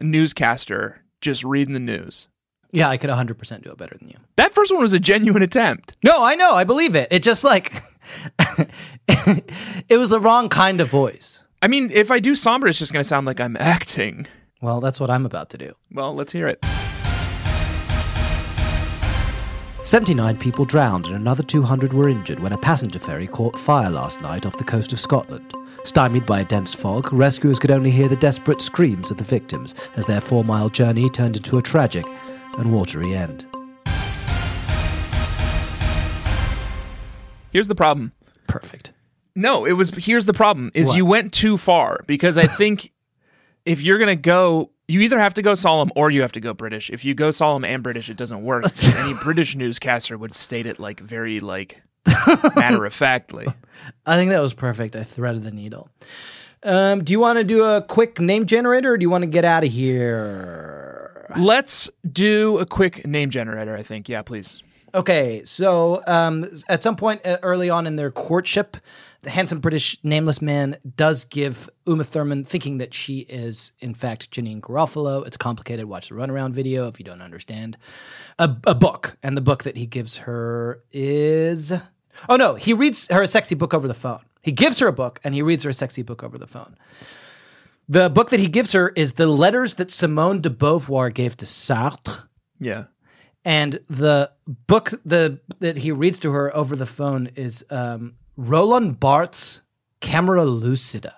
[SPEAKER 3] newscaster just reading the news.
[SPEAKER 2] yeah, I could 100% do it better than you.
[SPEAKER 3] That first one was a genuine attempt.
[SPEAKER 2] No, I know. I believe it. It just like, it was the wrong kind of voice.
[SPEAKER 3] I mean, if I do somber, it's just going to sound like I'm acting.
[SPEAKER 2] Well, that's what I'm about to do.
[SPEAKER 3] Well, let's hear it.
[SPEAKER 2] 79 people drowned and another 200 were injured when a passenger ferry caught fire last night off the coast of Scotland. Stymied by a dense fog, rescuers could only hear the desperate screams of the victims as their four mile journey turned into a tragic and watery end.
[SPEAKER 3] Here's the problem.
[SPEAKER 2] Perfect.
[SPEAKER 3] No, it was here's the problem is
[SPEAKER 2] What?
[SPEAKER 3] you went too far because I think if you're going to go you either have to go solemn or you have to go British. If you go solemn and British, it doesn't work. Any British newscaster would state it like very like matter of factly.
[SPEAKER 2] I think that was perfect. I threaded the needle. Um, do you want to do a quick name generator or do you want to get out of here?
[SPEAKER 3] Let's do a quick name generator, I think. Yeah, please.
[SPEAKER 2] Okay, so um, at some point uh, early on in their courtship, the handsome British nameless man does give Uma Thurman, thinking that she is in fact Janine Garofalo. It's complicated. Watch the runaround video if you don't understand. A, a book, and the book that he gives her is oh no, he reads her a sexy book over the phone. He gives her a book, and he reads her a sexy book over the phone. The book that he gives her is the letters that Simone de Beauvoir gave to Sartre
[SPEAKER 3] Yeah.
[SPEAKER 2] and the book the that he reads to her over the phone is um, Roland Barthes' Camera Lucida.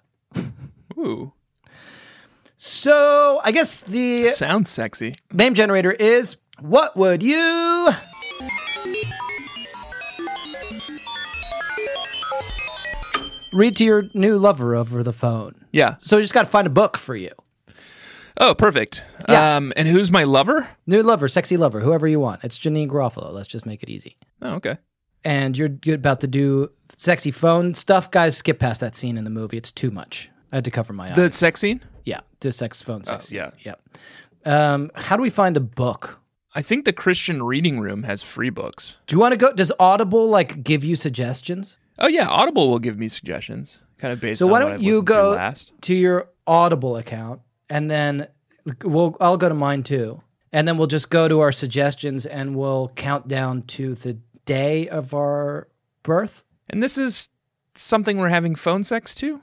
[SPEAKER 3] Ooh.
[SPEAKER 2] So I guess the
[SPEAKER 3] Sounds sexy.
[SPEAKER 2] name generator is what would you? Read to your new lover over the phone.
[SPEAKER 3] Yeah.
[SPEAKER 2] So you just got to find a book for you.
[SPEAKER 3] Oh, perfect.
[SPEAKER 2] Yeah.
[SPEAKER 3] Um and who's my lover?
[SPEAKER 2] New lover, sexy lover, whoever you want. It's Janine Garofalo. Let's just make it easy.
[SPEAKER 3] Oh, okay.
[SPEAKER 2] and you're, you're about to do sexy phone stuff, guys, skip past that scene in the movie. It's too much. I had to cover my eyes.
[SPEAKER 3] The sex scene?
[SPEAKER 2] yeah, the sex phone sex.
[SPEAKER 3] yeah.
[SPEAKER 2] scene. Yep. Um, how do we find a book?
[SPEAKER 3] I think the Christian reading room has free books.
[SPEAKER 2] Do you want to go? Does Audible like give you suggestions?
[SPEAKER 3] Oh yeah, Audible will give me suggestions, kind of based.
[SPEAKER 2] So
[SPEAKER 3] on
[SPEAKER 2] why
[SPEAKER 3] what
[SPEAKER 2] don't
[SPEAKER 3] I've
[SPEAKER 2] you
[SPEAKER 3] listened to
[SPEAKER 2] go
[SPEAKER 3] last?
[SPEAKER 2] to your Audible account and then we'll I'll go to mine too, and then we'll just go to our suggestions and we'll count down to the day of our birth.
[SPEAKER 3] And this is something we're having phone sex to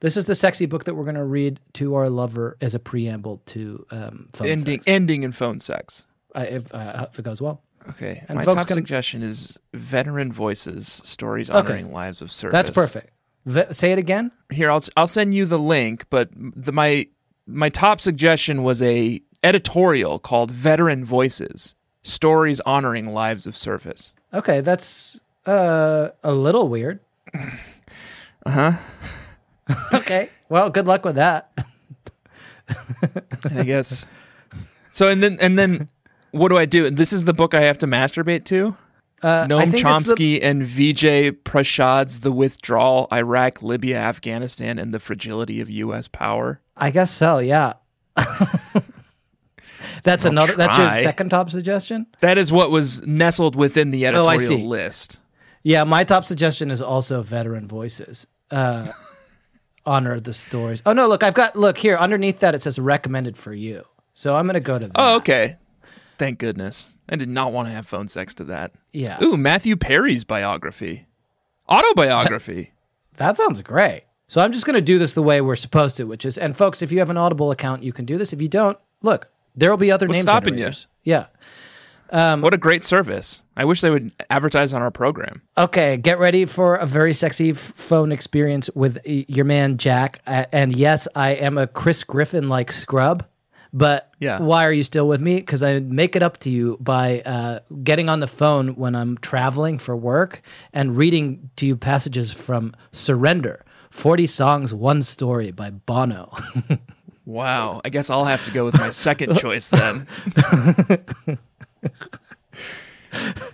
[SPEAKER 2] This is the sexy book that we're going to read to our lover as a preamble to um, phone
[SPEAKER 3] ending
[SPEAKER 2] sex.
[SPEAKER 3] ending in phone sex.
[SPEAKER 2] I, if, uh, if it goes well,
[SPEAKER 3] Okay,
[SPEAKER 2] And
[SPEAKER 3] my
[SPEAKER 2] folks
[SPEAKER 3] top
[SPEAKER 2] can-
[SPEAKER 3] suggestion is veteran voices, stories honoring lives of service.
[SPEAKER 2] that's perfect. Ve- say it again.
[SPEAKER 3] Here, I'll s- I'll send you the link, but the my my top suggestion was a editorial called "Veteran Voices: Stories Honoring Lives of Service."
[SPEAKER 2] Okay, that's uh, a little weird.
[SPEAKER 3] Uh-huh.
[SPEAKER 2] Uh huh. okay. Well, good luck with that.
[SPEAKER 3] And I guess so. And then and then, what do I do? And This is the book I have to masturbate to.
[SPEAKER 2] Uh, I
[SPEAKER 3] Noam
[SPEAKER 2] think it's the-
[SPEAKER 3] Chomsky and Vijay Prashad's The Withdrawal, Iraq, Libya, Afghanistan, and the Fragility of U.S. Power.
[SPEAKER 2] I guess so. Yeah. that's another. That's your
[SPEAKER 3] try.
[SPEAKER 2] second top suggestion.
[SPEAKER 3] That is what was nestled within the
[SPEAKER 2] Oh, I
[SPEAKER 3] editorial
[SPEAKER 2] see.
[SPEAKER 3] list.
[SPEAKER 2] Yeah, my top suggestion is also veteran voices. Uh, honor the stories. Oh no, look, I've got look here underneath that it says recommended for you. So I'm gonna go to that.
[SPEAKER 3] Oh, okay. Thank goodness. I did not want to have phone sex to that.
[SPEAKER 2] yeah,
[SPEAKER 3] Ooh, Matthew Perry's biography, autobiography.
[SPEAKER 2] that sounds great. So I'm just gonna do this the way we're supposed to, which is and folks, if you have an Audible account, you can do this. If you don't, look, there will be other
[SPEAKER 3] What's
[SPEAKER 2] names.
[SPEAKER 3] stopping you?
[SPEAKER 2] Yeah.
[SPEAKER 3] what a great service. I wish they would advertise on our program.
[SPEAKER 2] Okay, get ready for a very sexy f- phone experience with y- your man Jack. A- and yes, I am a Chris Griffin like scrub, but
[SPEAKER 3] Yeah.
[SPEAKER 2] why are you still with me? Because I make it up to you by uh, getting on the phone when I'm traveling for work and reading to you passages from Surrender. 40 songs, one story by Bono.
[SPEAKER 3] Wow. I guess I'll have to go with my second choice then.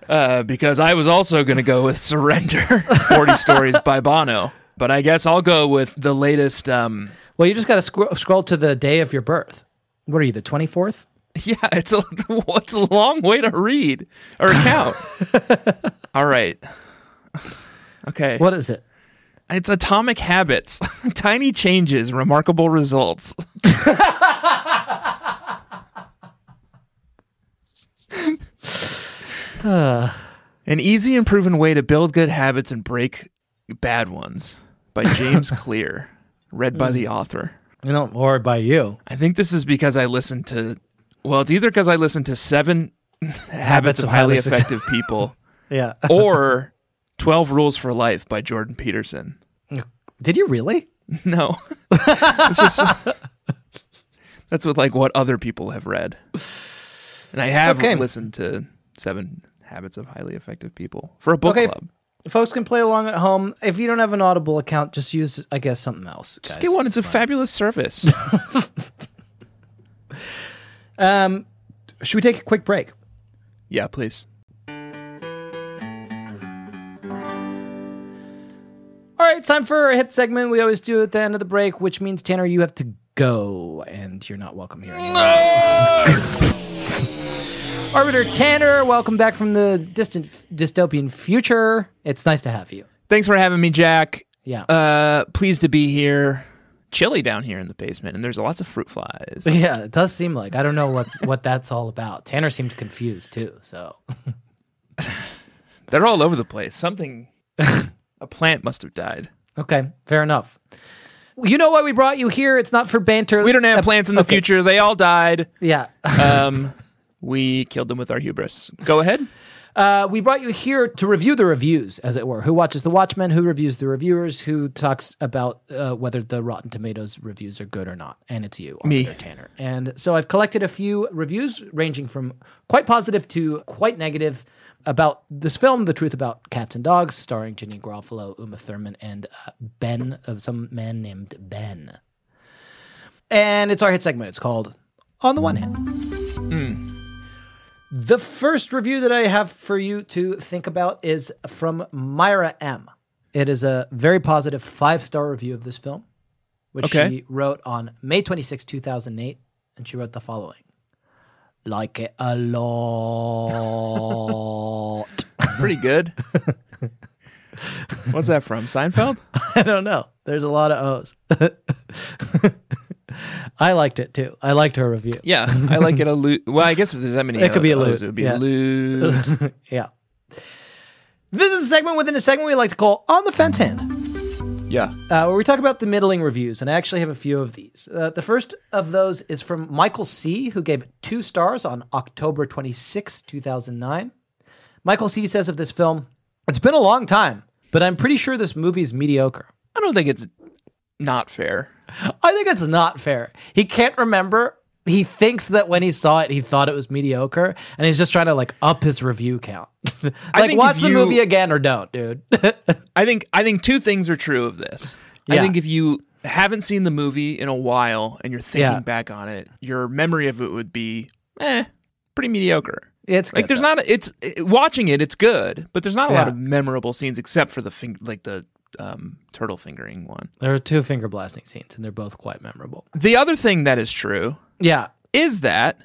[SPEAKER 3] uh, because I was also going to go with Surrender 40 Stories by Bono. But I guess I'll go with the latest. Um,
[SPEAKER 2] Well, you just got to scro- scroll to the day of your birth. What are you, the 24th?
[SPEAKER 3] yeah, it's a, it's a long way to read or count. All right. Okay.
[SPEAKER 2] What is it?
[SPEAKER 3] It's Atomic Habits, Tiny Changes, Remarkable Results. An easy and proven way to build good habits and break bad ones by James Clear, read by the author.
[SPEAKER 2] You know, or by you.
[SPEAKER 3] I think this is because I listened to, well, it's either because I listened to seven habits, of highly
[SPEAKER 2] Success-
[SPEAKER 3] effective people
[SPEAKER 2] Yeah.
[SPEAKER 3] or 12 Rules for Life by Jordan Peterson.
[SPEAKER 2] Did you really?
[SPEAKER 3] No. it's just That's with like what other people have read. And I have
[SPEAKER 2] Okay.
[SPEAKER 3] listened to Seven Habits of Highly Effective People for a book
[SPEAKER 2] Okay.
[SPEAKER 3] club.
[SPEAKER 2] Folks can play along at home. If you don't have an Audible account, just use, I guess, something else.
[SPEAKER 3] Just
[SPEAKER 2] guys.
[SPEAKER 3] get one. It's a fabulous service.
[SPEAKER 2] Um, should we take a quick break?
[SPEAKER 3] yeah, please.
[SPEAKER 2] All right, time for a hit segment we always do at the end of the break, which means, Tanner, you have to go and you're not welcome here anymore. Arbiter Tanner, welcome back from the distant dystopian future. It's nice to have you.
[SPEAKER 3] Thanks for having me, Jack.
[SPEAKER 2] Yeah.
[SPEAKER 3] Uh pleased to be here. Chilly down here in the basement, and there's lots of fruit flies.
[SPEAKER 2] Yeah, it does seem like. I don't know what's what that's all about. Tanner seemed confused too, so
[SPEAKER 3] They're all over the place. Something a plant must have died.
[SPEAKER 2] Okay, fair enough. You know why we brought you here? It's not for banter.
[SPEAKER 3] We don't have
[SPEAKER 2] Uh,
[SPEAKER 3] plants in the
[SPEAKER 2] okay,
[SPEAKER 3] future. They all died.
[SPEAKER 2] Yeah.
[SPEAKER 3] Um we killed them with our hubris. Go ahead.
[SPEAKER 2] Uh, we brought you here to review the reviews, as it were. Who watches The Watchmen? Who reviews the reviewers? Who talks about uh, whether the Rotten Tomatoes reviews are good or not? And it's you,
[SPEAKER 3] Me.
[SPEAKER 2] Arthur Tanner. And so I've collected a few reviews ranging from quite positive to quite negative about this film, The Truth About Cats and Dogs, starring Janine Garofalo, Uma Thurman, and uh, Ben, of some man named Ben. And it's our hit segment. It's called On the One Hand. The first review that I have for you to think about is from Myra M. It is a very positive five star review of this film, which
[SPEAKER 3] Okay.
[SPEAKER 2] she wrote on May 26, 2008. And she wrote the following Like it a lot.
[SPEAKER 3] Pretty good. What's that from? Seinfeld?
[SPEAKER 2] I don't know. There's a lot of O's. I liked it too. I liked her review.
[SPEAKER 3] Yeah, I like it a loot. Well, I guess if there's that many,
[SPEAKER 2] It could be a loot,
[SPEAKER 3] O's, It would be
[SPEAKER 2] yeah.
[SPEAKER 3] a loot.
[SPEAKER 2] Yeah. This is a segment within a segment we like to call On the Fence Hand.
[SPEAKER 3] Yeah.
[SPEAKER 2] uh, where we talk about the middling reviews, and I actually have a few of these. Uh, the first of those is from Michael C., who gave it two stars on October 26, 2009. Michael C. says of this film, It's been a long time, but I'm pretty sure this movie's mediocre.
[SPEAKER 3] I don't think it's not fair.
[SPEAKER 2] I think it's not fair. He can't remember. He thinks that when he saw it, he thought it was mediocre, and he's just trying to like up his review count. like,
[SPEAKER 3] think if
[SPEAKER 2] watch the
[SPEAKER 3] you-
[SPEAKER 2] movie again or don't, dude.
[SPEAKER 3] I think I think two things are true of this.
[SPEAKER 2] Yeah.
[SPEAKER 3] I think if you haven't seen the movie in a while and you're thinking
[SPEAKER 2] Yeah.
[SPEAKER 3] back on it, your memory of it would be eh, pretty mediocre.
[SPEAKER 2] it's
[SPEAKER 3] Like
[SPEAKER 2] good,
[SPEAKER 3] there's
[SPEAKER 2] though.
[SPEAKER 3] not a, it's it- watching it, it's good, but there's not a lot
[SPEAKER 2] Yeah.
[SPEAKER 3] of memorable scenes except for the fing- like the um, turtle fingering one.
[SPEAKER 2] there are two finger blasting scenes, and they're both quite memorable.
[SPEAKER 3] The other thing that is true
[SPEAKER 2] Yeah,
[SPEAKER 3] is that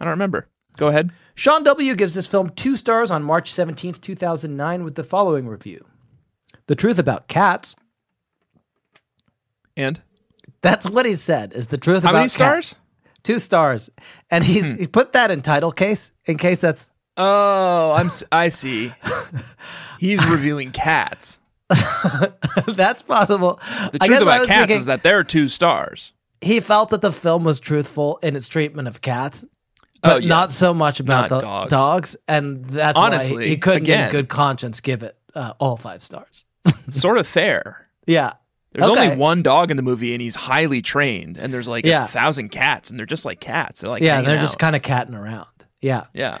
[SPEAKER 3] I don't remember. Go ahead.
[SPEAKER 2] Sean W. gives this film two stars on March 17th, 2009, with the following review The truth about cats.
[SPEAKER 3] And
[SPEAKER 2] That's what he said, is the truth
[SPEAKER 3] how
[SPEAKER 2] about
[SPEAKER 3] many
[SPEAKER 2] cats.
[SPEAKER 3] stars? Hmm.
[SPEAKER 2] Two stars. And he's he put that in title case in case that's.
[SPEAKER 3] Oh, I'm s- I see. He's reviewing cats.
[SPEAKER 2] That's possible.
[SPEAKER 3] The
[SPEAKER 2] I
[SPEAKER 3] truth
[SPEAKER 2] guess I
[SPEAKER 3] about
[SPEAKER 2] was
[SPEAKER 3] cats
[SPEAKER 2] thinking
[SPEAKER 3] is that there are two stars.
[SPEAKER 2] he felt that the film was truthful in its treatment of cats,
[SPEAKER 3] Oh,
[SPEAKER 2] but
[SPEAKER 3] yeah.
[SPEAKER 2] not so much about
[SPEAKER 3] Not
[SPEAKER 2] the
[SPEAKER 3] dogs.
[SPEAKER 2] and that's why
[SPEAKER 3] Honestly,
[SPEAKER 2] he- he, couldn't, in
[SPEAKER 3] again.
[SPEAKER 2] good conscience, give it uh, all five stars.
[SPEAKER 3] Sort of fair.
[SPEAKER 2] Yeah,
[SPEAKER 3] There's
[SPEAKER 2] Okay.
[SPEAKER 3] only one dog in the movie, and he's highly trained. And there's like
[SPEAKER 2] Yeah.
[SPEAKER 3] a thousand cats, and they're just like cats. They're like
[SPEAKER 2] yeah,
[SPEAKER 3] hanging
[SPEAKER 2] they're just
[SPEAKER 3] out.
[SPEAKER 2] kind of catting around. Yeah.
[SPEAKER 3] yeah.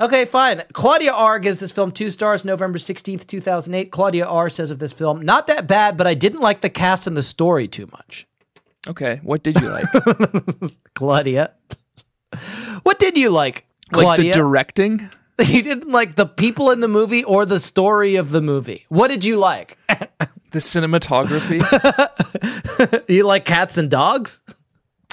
[SPEAKER 2] Okay, fine. Claudia R gives this film two stars, November 16th, 2008. Claudia R says of this film, not that bad, but I didn't like the cast and the story too much.
[SPEAKER 3] Okay, what did you like?
[SPEAKER 2] Claudia. What did you like,
[SPEAKER 3] like the
[SPEAKER 2] Claudia?
[SPEAKER 3] directing?
[SPEAKER 2] You didn't like the people in the movie or the story of the movie. What did you like?
[SPEAKER 3] The cinematography.
[SPEAKER 2] you like cats and dogs?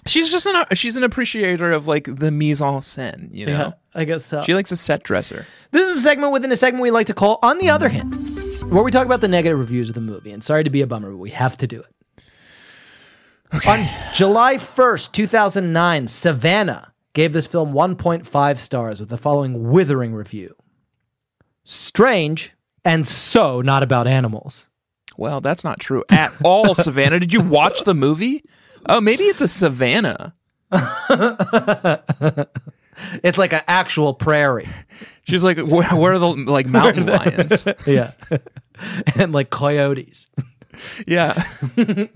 [SPEAKER 3] she's just an she's an appreciator of like the mise en scène. You know,
[SPEAKER 2] I guess so.
[SPEAKER 3] she likes a set dresser.
[SPEAKER 2] This is a segment within a segment we like to call On the Other Hand, where we talk about the negative reviews of the movie. And sorry to be a bummer, but we have to do it. On July 1st, 2009, Savannah gave this film 1.5 stars with the following withering review Strange and so not about animals.
[SPEAKER 3] Well, that's not true at all, Savannah. Did you watch the movie? Oh, maybe it's a Savannah.
[SPEAKER 2] It's like an actual prairie.
[SPEAKER 3] She's like, where, where are the like mountain lions?
[SPEAKER 2] Yeah. and like coyotes.
[SPEAKER 3] Yeah,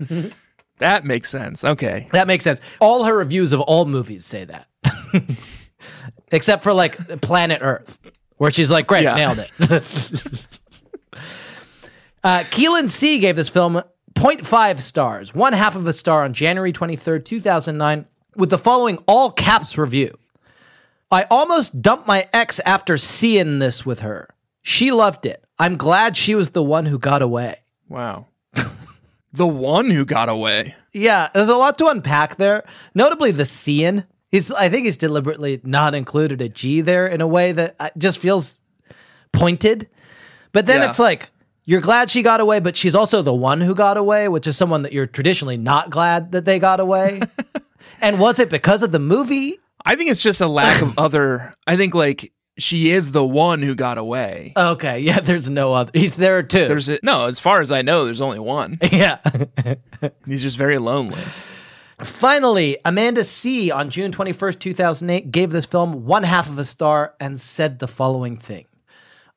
[SPEAKER 3] that makes sense. Okay,
[SPEAKER 2] That makes sense. All her reviews of all movies say that. Except for like Planet Earth, where she's like, great,
[SPEAKER 3] Yeah.
[SPEAKER 2] nailed it. uh, Keelan C gave this film 0.5 stars, one half of a star on January 23rd, 2009, with the following all caps review I almost dumped my ex after seeing this with her. She loved it. I'm glad she was the one who got away.
[SPEAKER 3] wow. the one who got away.
[SPEAKER 2] Yeah, there's a lot to unpack there. Notably, the Cian. He's, I think he's deliberately not included a G there in a way that uh, just feels pointed. But then
[SPEAKER 3] Yeah.
[SPEAKER 2] it's like you're glad she got away, but she's also the one who got away, which is someone that you're traditionally not glad that they got away. and was it because of the movie?
[SPEAKER 3] I think it's just a lack of other. I think like she is the one who got away.
[SPEAKER 2] Okay, yeah, there's no other. He's there too.
[SPEAKER 3] There's a, no, as far as I know, there's only one.
[SPEAKER 2] yeah.
[SPEAKER 3] He's just very lonely.
[SPEAKER 2] Finally, Amanda C on June 21st, 2008 gave this film one half of a star and said the following thing.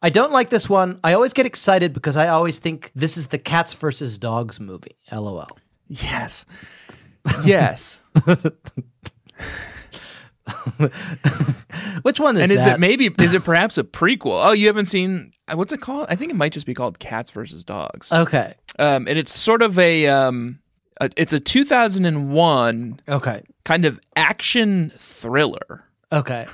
[SPEAKER 2] I don't like this one. I always get excited because I always think this is the cats versus dogs movie. LOL.
[SPEAKER 3] Yes, yes.
[SPEAKER 2] Which one is
[SPEAKER 3] and is
[SPEAKER 2] that?
[SPEAKER 3] it maybe is it perhaps a prequel? Oh, you haven't seen uh, what's it called? I think it might just be called Cats versus Dogs.
[SPEAKER 2] okay.
[SPEAKER 3] um, and it's sort of a, um, a it's a 2001
[SPEAKER 2] Okay.
[SPEAKER 3] kind of action thriller
[SPEAKER 2] Okay.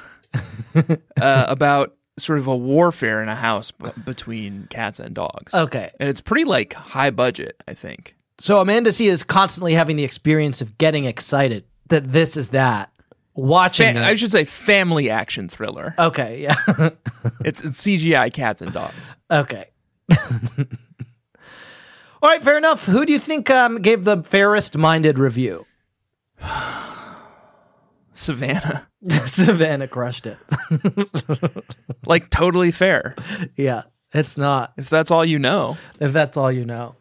[SPEAKER 3] uh, about sort of a warfare in a house b- between cats and dogs.
[SPEAKER 2] Okay.
[SPEAKER 3] and it's pretty like high budget, I think.
[SPEAKER 2] So Amanda C is constantly having the experience of getting excited that this is that. Watching
[SPEAKER 3] Fa-
[SPEAKER 2] it.
[SPEAKER 3] I should say family action thriller.
[SPEAKER 2] okay, yeah.
[SPEAKER 3] It's, it's CGI cats and dogs.
[SPEAKER 2] Okay. All right, fair enough. Who do you think um, gave the fairest minded review?
[SPEAKER 3] Savannah,
[SPEAKER 2] Savannah crushed it.
[SPEAKER 3] like totally fair.
[SPEAKER 2] yeah, it's not,
[SPEAKER 3] If that's all you know,
[SPEAKER 2] if that's all you know.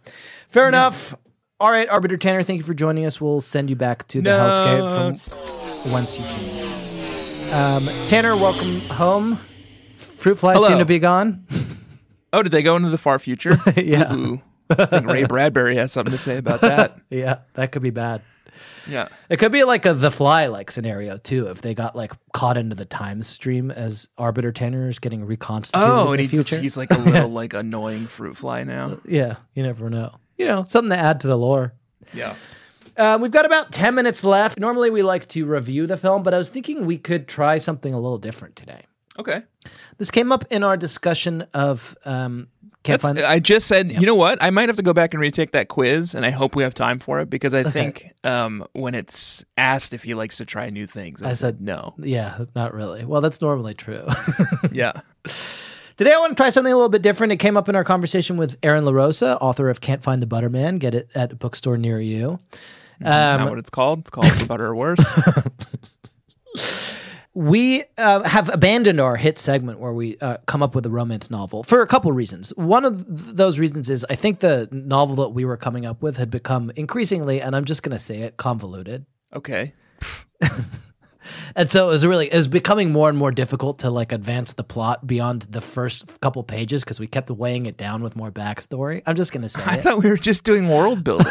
[SPEAKER 2] Fair enough. All right, Arbiter Tanner, thank you for joining us. We'll send you back to the
[SPEAKER 3] No.
[SPEAKER 2] hellscape from whence you came. Um, Tanner, welcome home. Fruit flies
[SPEAKER 3] Hello.
[SPEAKER 2] seem to be gone.
[SPEAKER 3] oh, did they go into the far future?
[SPEAKER 2] Yeah.
[SPEAKER 3] Ooh. I think Ray Bradbury has something to say about that.
[SPEAKER 2] Yeah, that could be bad.
[SPEAKER 3] Yeah.
[SPEAKER 2] It could be like a the fly like scenario too, if they got like caught into the time stream as Arbiter Tanner is getting reconstituted. in
[SPEAKER 3] Oh, and
[SPEAKER 2] the
[SPEAKER 3] he just,
[SPEAKER 2] future.
[SPEAKER 3] he's like a little like annoying fruit fly now.
[SPEAKER 2] yeah, you never know. You know, something to add to the lore.
[SPEAKER 3] Yeah.
[SPEAKER 2] Um, we've got about ten minutes left. Normally, we like to review the film, but I was thinking we could try something a little different today.
[SPEAKER 3] Okay.
[SPEAKER 2] This came up in our discussion of um, can't
[SPEAKER 3] That's,
[SPEAKER 2] find.
[SPEAKER 3] I just said, you know what? I might have to go back and retake that quiz, and I hope we have time for it because I think um, when it's asked if he likes to try new things,
[SPEAKER 2] I
[SPEAKER 3] I, said
[SPEAKER 2] said-
[SPEAKER 3] no.
[SPEAKER 2] yeah, not really. Well, that's normally true.
[SPEAKER 3] Yeah.
[SPEAKER 2] Today, I want to try something a little bit different. It came up in our conversation with Aaron LaRosa, author of Can't Find the Butterman. Get it at a bookstore near you.
[SPEAKER 3] Not what it's called. It's called Better or Worse.
[SPEAKER 2] we uh, have abandoned our hit segment where we uh, come up with a romance novel for a couple reasons. One of th- those reasons is I think the novel that we were coming up with had become increasingly, and I'm just going to say it, convoluted.
[SPEAKER 3] Okay.
[SPEAKER 2] And so it was really it was becoming more and more difficult to like advance the plot beyond the first couple pages because we kept weighing it down with more backstory. I'm just going to say
[SPEAKER 3] I
[SPEAKER 2] it.
[SPEAKER 3] thought we were just doing world building.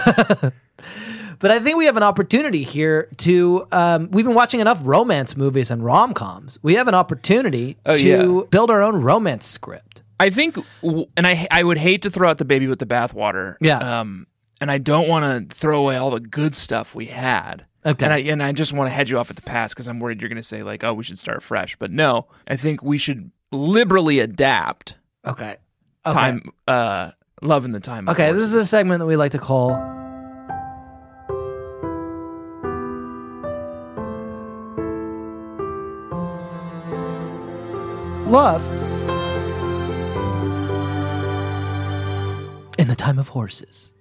[SPEAKER 2] But I think we have an opportunity here to. Um, we've been watching enough romance movies and rom coms. We have an opportunity
[SPEAKER 3] Oh,
[SPEAKER 2] to
[SPEAKER 3] yeah.
[SPEAKER 2] build our own romance script.
[SPEAKER 3] I think, w- and I I would hate to throw out the baby with the bathwater.
[SPEAKER 2] Yeah.
[SPEAKER 3] Um, and I don't want to throw away all the good stuff we had.
[SPEAKER 2] Okay.
[SPEAKER 3] And I and I just want to head you off at the pass because I'm worried you're going to say like, oh, we should start fresh. But no, I think we should liberally adapt
[SPEAKER 2] Okay. Okay.
[SPEAKER 3] time uh love in the time of
[SPEAKER 2] Okay,
[SPEAKER 3] War.
[SPEAKER 2] this is a segment that we like to call. Love in the time of horses.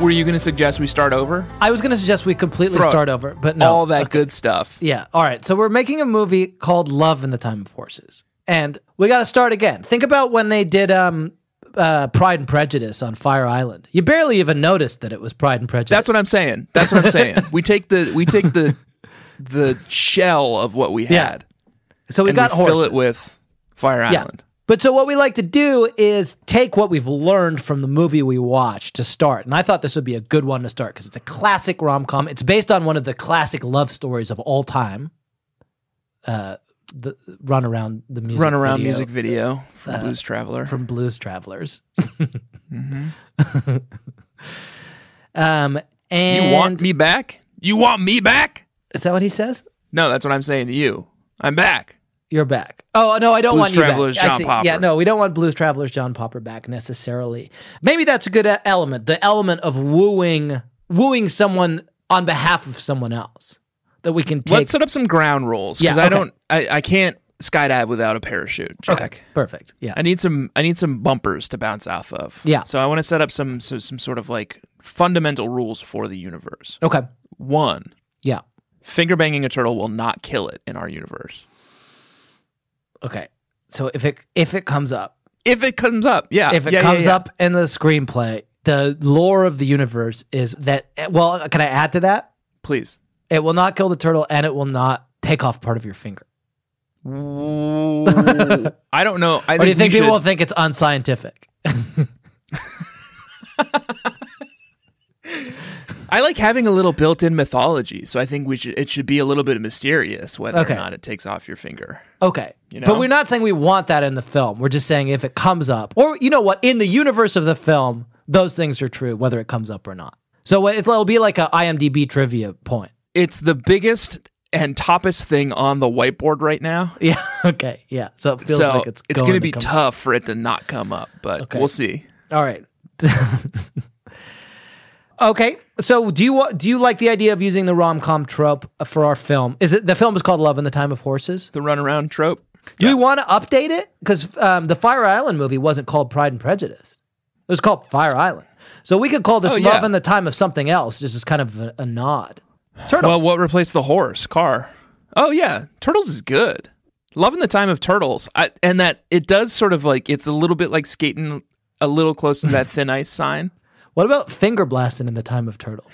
[SPEAKER 3] were you going to suggest we start over
[SPEAKER 2] I was going to suggest we completely
[SPEAKER 3] Throw it.
[SPEAKER 2] start over, but no.
[SPEAKER 3] all that good stuff
[SPEAKER 2] Yeah. All right. So we're making a movie called Love in the Time of Horses, and we got to start again. Think about when they did um, uh, Pride and Prejudice on Fire Island. You barely even noticed that it was Pride and Prejudice.
[SPEAKER 3] that's what i'm saying that's what i'm saying we take the we take the the shell of what we
[SPEAKER 2] Yeah.
[SPEAKER 3] had
[SPEAKER 2] So we
[SPEAKER 3] and
[SPEAKER 2] got
[SPEAKER 3] we
[SPEAKER 2] horses.
[SPEAKER 3] fill it with fire island
[SPEAKER 2] But so what we like to do is take what we've learned from the movie we watched to start. And I thought this would be a good one to start because it's a classic rom com. It's based on one of the classic love stories of all time. Uh, the run around the music
[SPEAKER 3] run around
[SPEAKER 2] video uh,
[SPEAKER 3] music video from blues traveler
[SPEAKER 2] from Blues Travelers. um, and
[SPEAKER 3] Mm-hmm. you want me back you want me back
[SPEAKER 2] Is that what he says?
[SPEAKER 3] no that's what i'm saying to you i'm back
[SPEAKER 2] You're back. Oh no, I don't
[SPEAKER 3] Blues
[SPEAKER 2] want you
[SPEAKER 3] Travelers
[SPEAKER 2] back. I
[SPEAKER 3] John
[SPEAKER 2] see.
[SPEAKER 3] Popper.
[SPEAKER 2] Yeah, no, we don't want Blues Travelers John Popper back necessarily. Maybe that's a good uh, element. The element of wooing, wooing someone on behalf of someone else that we can take.
[SPEAKER 3] let's set up some ground rules because
[SPEAKER 2] Yeah,
[SPEAKER 3] i
[SPEAKER 2] okay.
[SPEAKER 3] don't I, I can't skydive without a parachute Jack.
[SPEAKER 2] okay, perfect. Yeah,
[SPEAKER 3] I need some I need some bumpers to bounce off of.
[SPEAKER 2] Yeah.
[SPEAKER 3] So I want to set up some so, some sort of like fundamental rules for the universe.
[SPEAKER 2] okay,
[SPEAKER 3] One,
[SPEAKER 2] yeah,
[SPEAKER 3] finger banging a turtle will not kill it in our universe.
[SPEAKER 2] okay. So if it if it comes up,
[SPEAKER 3] If it comes up, yeah.
[SPEAKER 2] if it
[SPEAKER 3] Yeah, yeah,
[SPEAKER 2] comes
[SPEAKER 3] yeah.
[SPEAKER 2] up in the screenplay, the lore of the universe is that. Well, can I add to that?
[SPEAKER 3] please.
[SPEAKER 2] It will not kill the turtle, and it will not take off part of your finger.
[SPEAKER 3] I don't know. I
[SPEAKER 2] Or do you think
[SPEAKER 3] we
[SPEAKER 2] people will
[SPEAKER 3] should-
[SPEAKER 2] think it's unscientific?
[SPEAKER 3] I like having a little built-in mythology, so I think we should it should be a little bit mysterious whether
[SPEAKER 2] Okay.
[SPEAKER 3] or not it takes off your finger.
[SPEAKER 2] Okay.
[SPEAKER 3] You know?
[SPEAKER 2] But we're not saying we want that in the film. We're just saying if it comes up, or you know what, in the universe of the film, those things are true, whether it comes up or not. So it- it'll be like a IMDb trivia point.
[SPEAKER 3] It's the biggest and toppest thing on the whiteboard right now.
[SPEAKER 2] Yeah. Okay. Yeah. So it feels
[SPEAKER 3] so
[SPEAKER 2] like it's
[SPEAKER 3] it's
[SPEAKER 2] going
[SPEAKER 3] gonna be
[SPEAKER 2] come-
[SPEAKER 3] tough for it to not come up, but
[SPEAKER 2] Okay.
[SPEAKER 3] we'll see.
[SPEAKER 2] All right. okay. So do you wa- do you like the idea of using the rom com trope for our film? Is it the film is called Love in the Time of Horses?
[SPEAKER 3] The runaround trope.
[SPEAKER 2] Do we want to update it? Because um, the Fire Island movie wasn't called Pride and Prejudice. It was called Fire Island. So we could call this
[SPEAKER 3] Oh, yeah.
[SPEAKER 2] Love in the Time of something else, just as kind of a, a nod. Turtles.
[SPEAKER 3] Well, what replaced the horse? Car. Oh yeah, Turtles is good. Loving the time of Turtles, I, and that it does sort of like it's a little bit like skating a little close to that thin ice sign.
[SPEAKER 2] What about finger blasting in the time of turtles?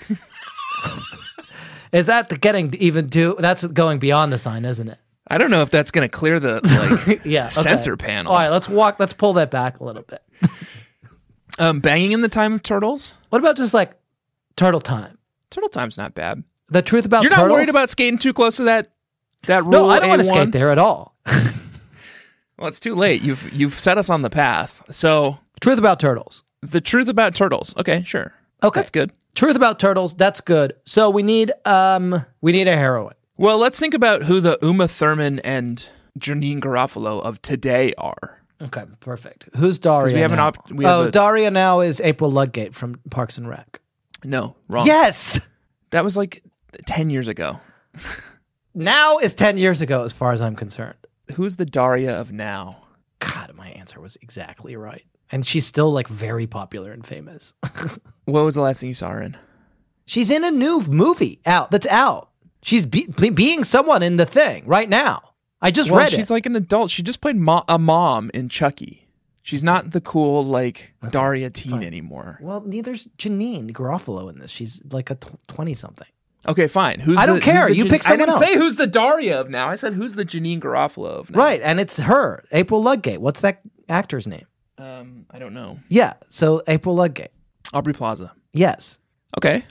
[SPEAKER 2] Is that the getting even to? That's going beyond the sign, isn't it?
[SPEAKER 3] I don't know if that's gonna clear the like
[SPEAKER 2] Yeah. okay.
[SPEAKER 3] sensor panel.
[SPEAKER 2] All right, let's walk. Let's pull that back a little bit.
[SPEAKER 3] Um, banging in the time of Turtles.
[SPEAKER 2] What about just like turtle time?
[SPEAKER 3] Turtle time's not bad.
[SPEAKER 2] The truth about
[SPEAKER 3] You're
[SPEAKER 2] Oh, turtles.
[SPEAKER 3] not worried about skating too close to that that rule.
[SPEAKER 2] No, I don't want to
[SPEAKER 3] A1?
[SPEAKER 2] skate there at all.
[SPEAKER 3] Well, it's too late. You've you've set us on the path. So
[SPEAKER 2] truth about turtles.
[SPEAKER 3] the truth about turtles. Okay, sure.
[SPEAKER 2] Okay.
[SPEAKER 3] that's good.
[SPEAKER 2] Truth about turtles, that's good. So we need um we need a heroine.
[SPEAKER 3] Well, let's think about who the Uma Thurman and Janine Garofalo of today are.
[SPEAKER 2] Okay, perfect. Who's Daria?
[SPEAKER 3] we have an
[SPEAKER 2] now?
[SPEAKER 3] op- we have
[SPEAKER 2] oh,
[SPEAKER 3] a-
[SPEAKER 2] Daria now is April Ludgate from Parks and Rec.
[SPEAKER 3] No, wrong.
[SPEAKER 2] Yes.
[SPEAKER 3] That was like 10 years ago.
[SPEAKER 2] Now is 10 years ago as far as I'm concerned.
[SPEAKER 3] Who's the Daria of now?
[SPEAKER 2] God, my answer was exactly right. And she's still like very popular and famous.
[SPEAKER 3] What was the last thing you saw her in?
[SPEAKER 2] she's in a new movie out. That's out. She's be- be- being someone in the thing right now. I just
[SPEAKER 3] Well,
[SPEAKER 2] read
[SPEAKER 3] she's
[SPEAKER 2] it.
[SPEAKER 3] like an adult. She just played mo- a mom in Chucky. She's not the cool, like, Daria teen anymore.
[SPEAKER 2] well, neither's Janine Garofalo in this. She's like a tw- 20 something.
[SPEAKER 3] Okay, fine. Who's
[SPEAKER 2] I don't
[SPEAKER 3] the- who's
[SPEAKER 2] care.
[SPEAKER 3] the
[SPEAKER 2] You
[SPEAKER 3] Jan-
[SPEAKER 2] pick someone
[SPEAKER 3] I didn't say
[SPEAKER 2] else.
[SPEAKER 3] who's the Daria of now. I said who's the Janine Garofalo of now.
[SPEAKER 2] Right, and it's her, April Ludgate. What's that actor's name?
[SPEAKER 3] Um, I don't know.
[SPEAKER 2] Yeah, so April Ludgate.
[SPEAKER 3] Aubrey Plaza.
[SPEAKER 2] Yes,
[SPEAKER 3] Okay.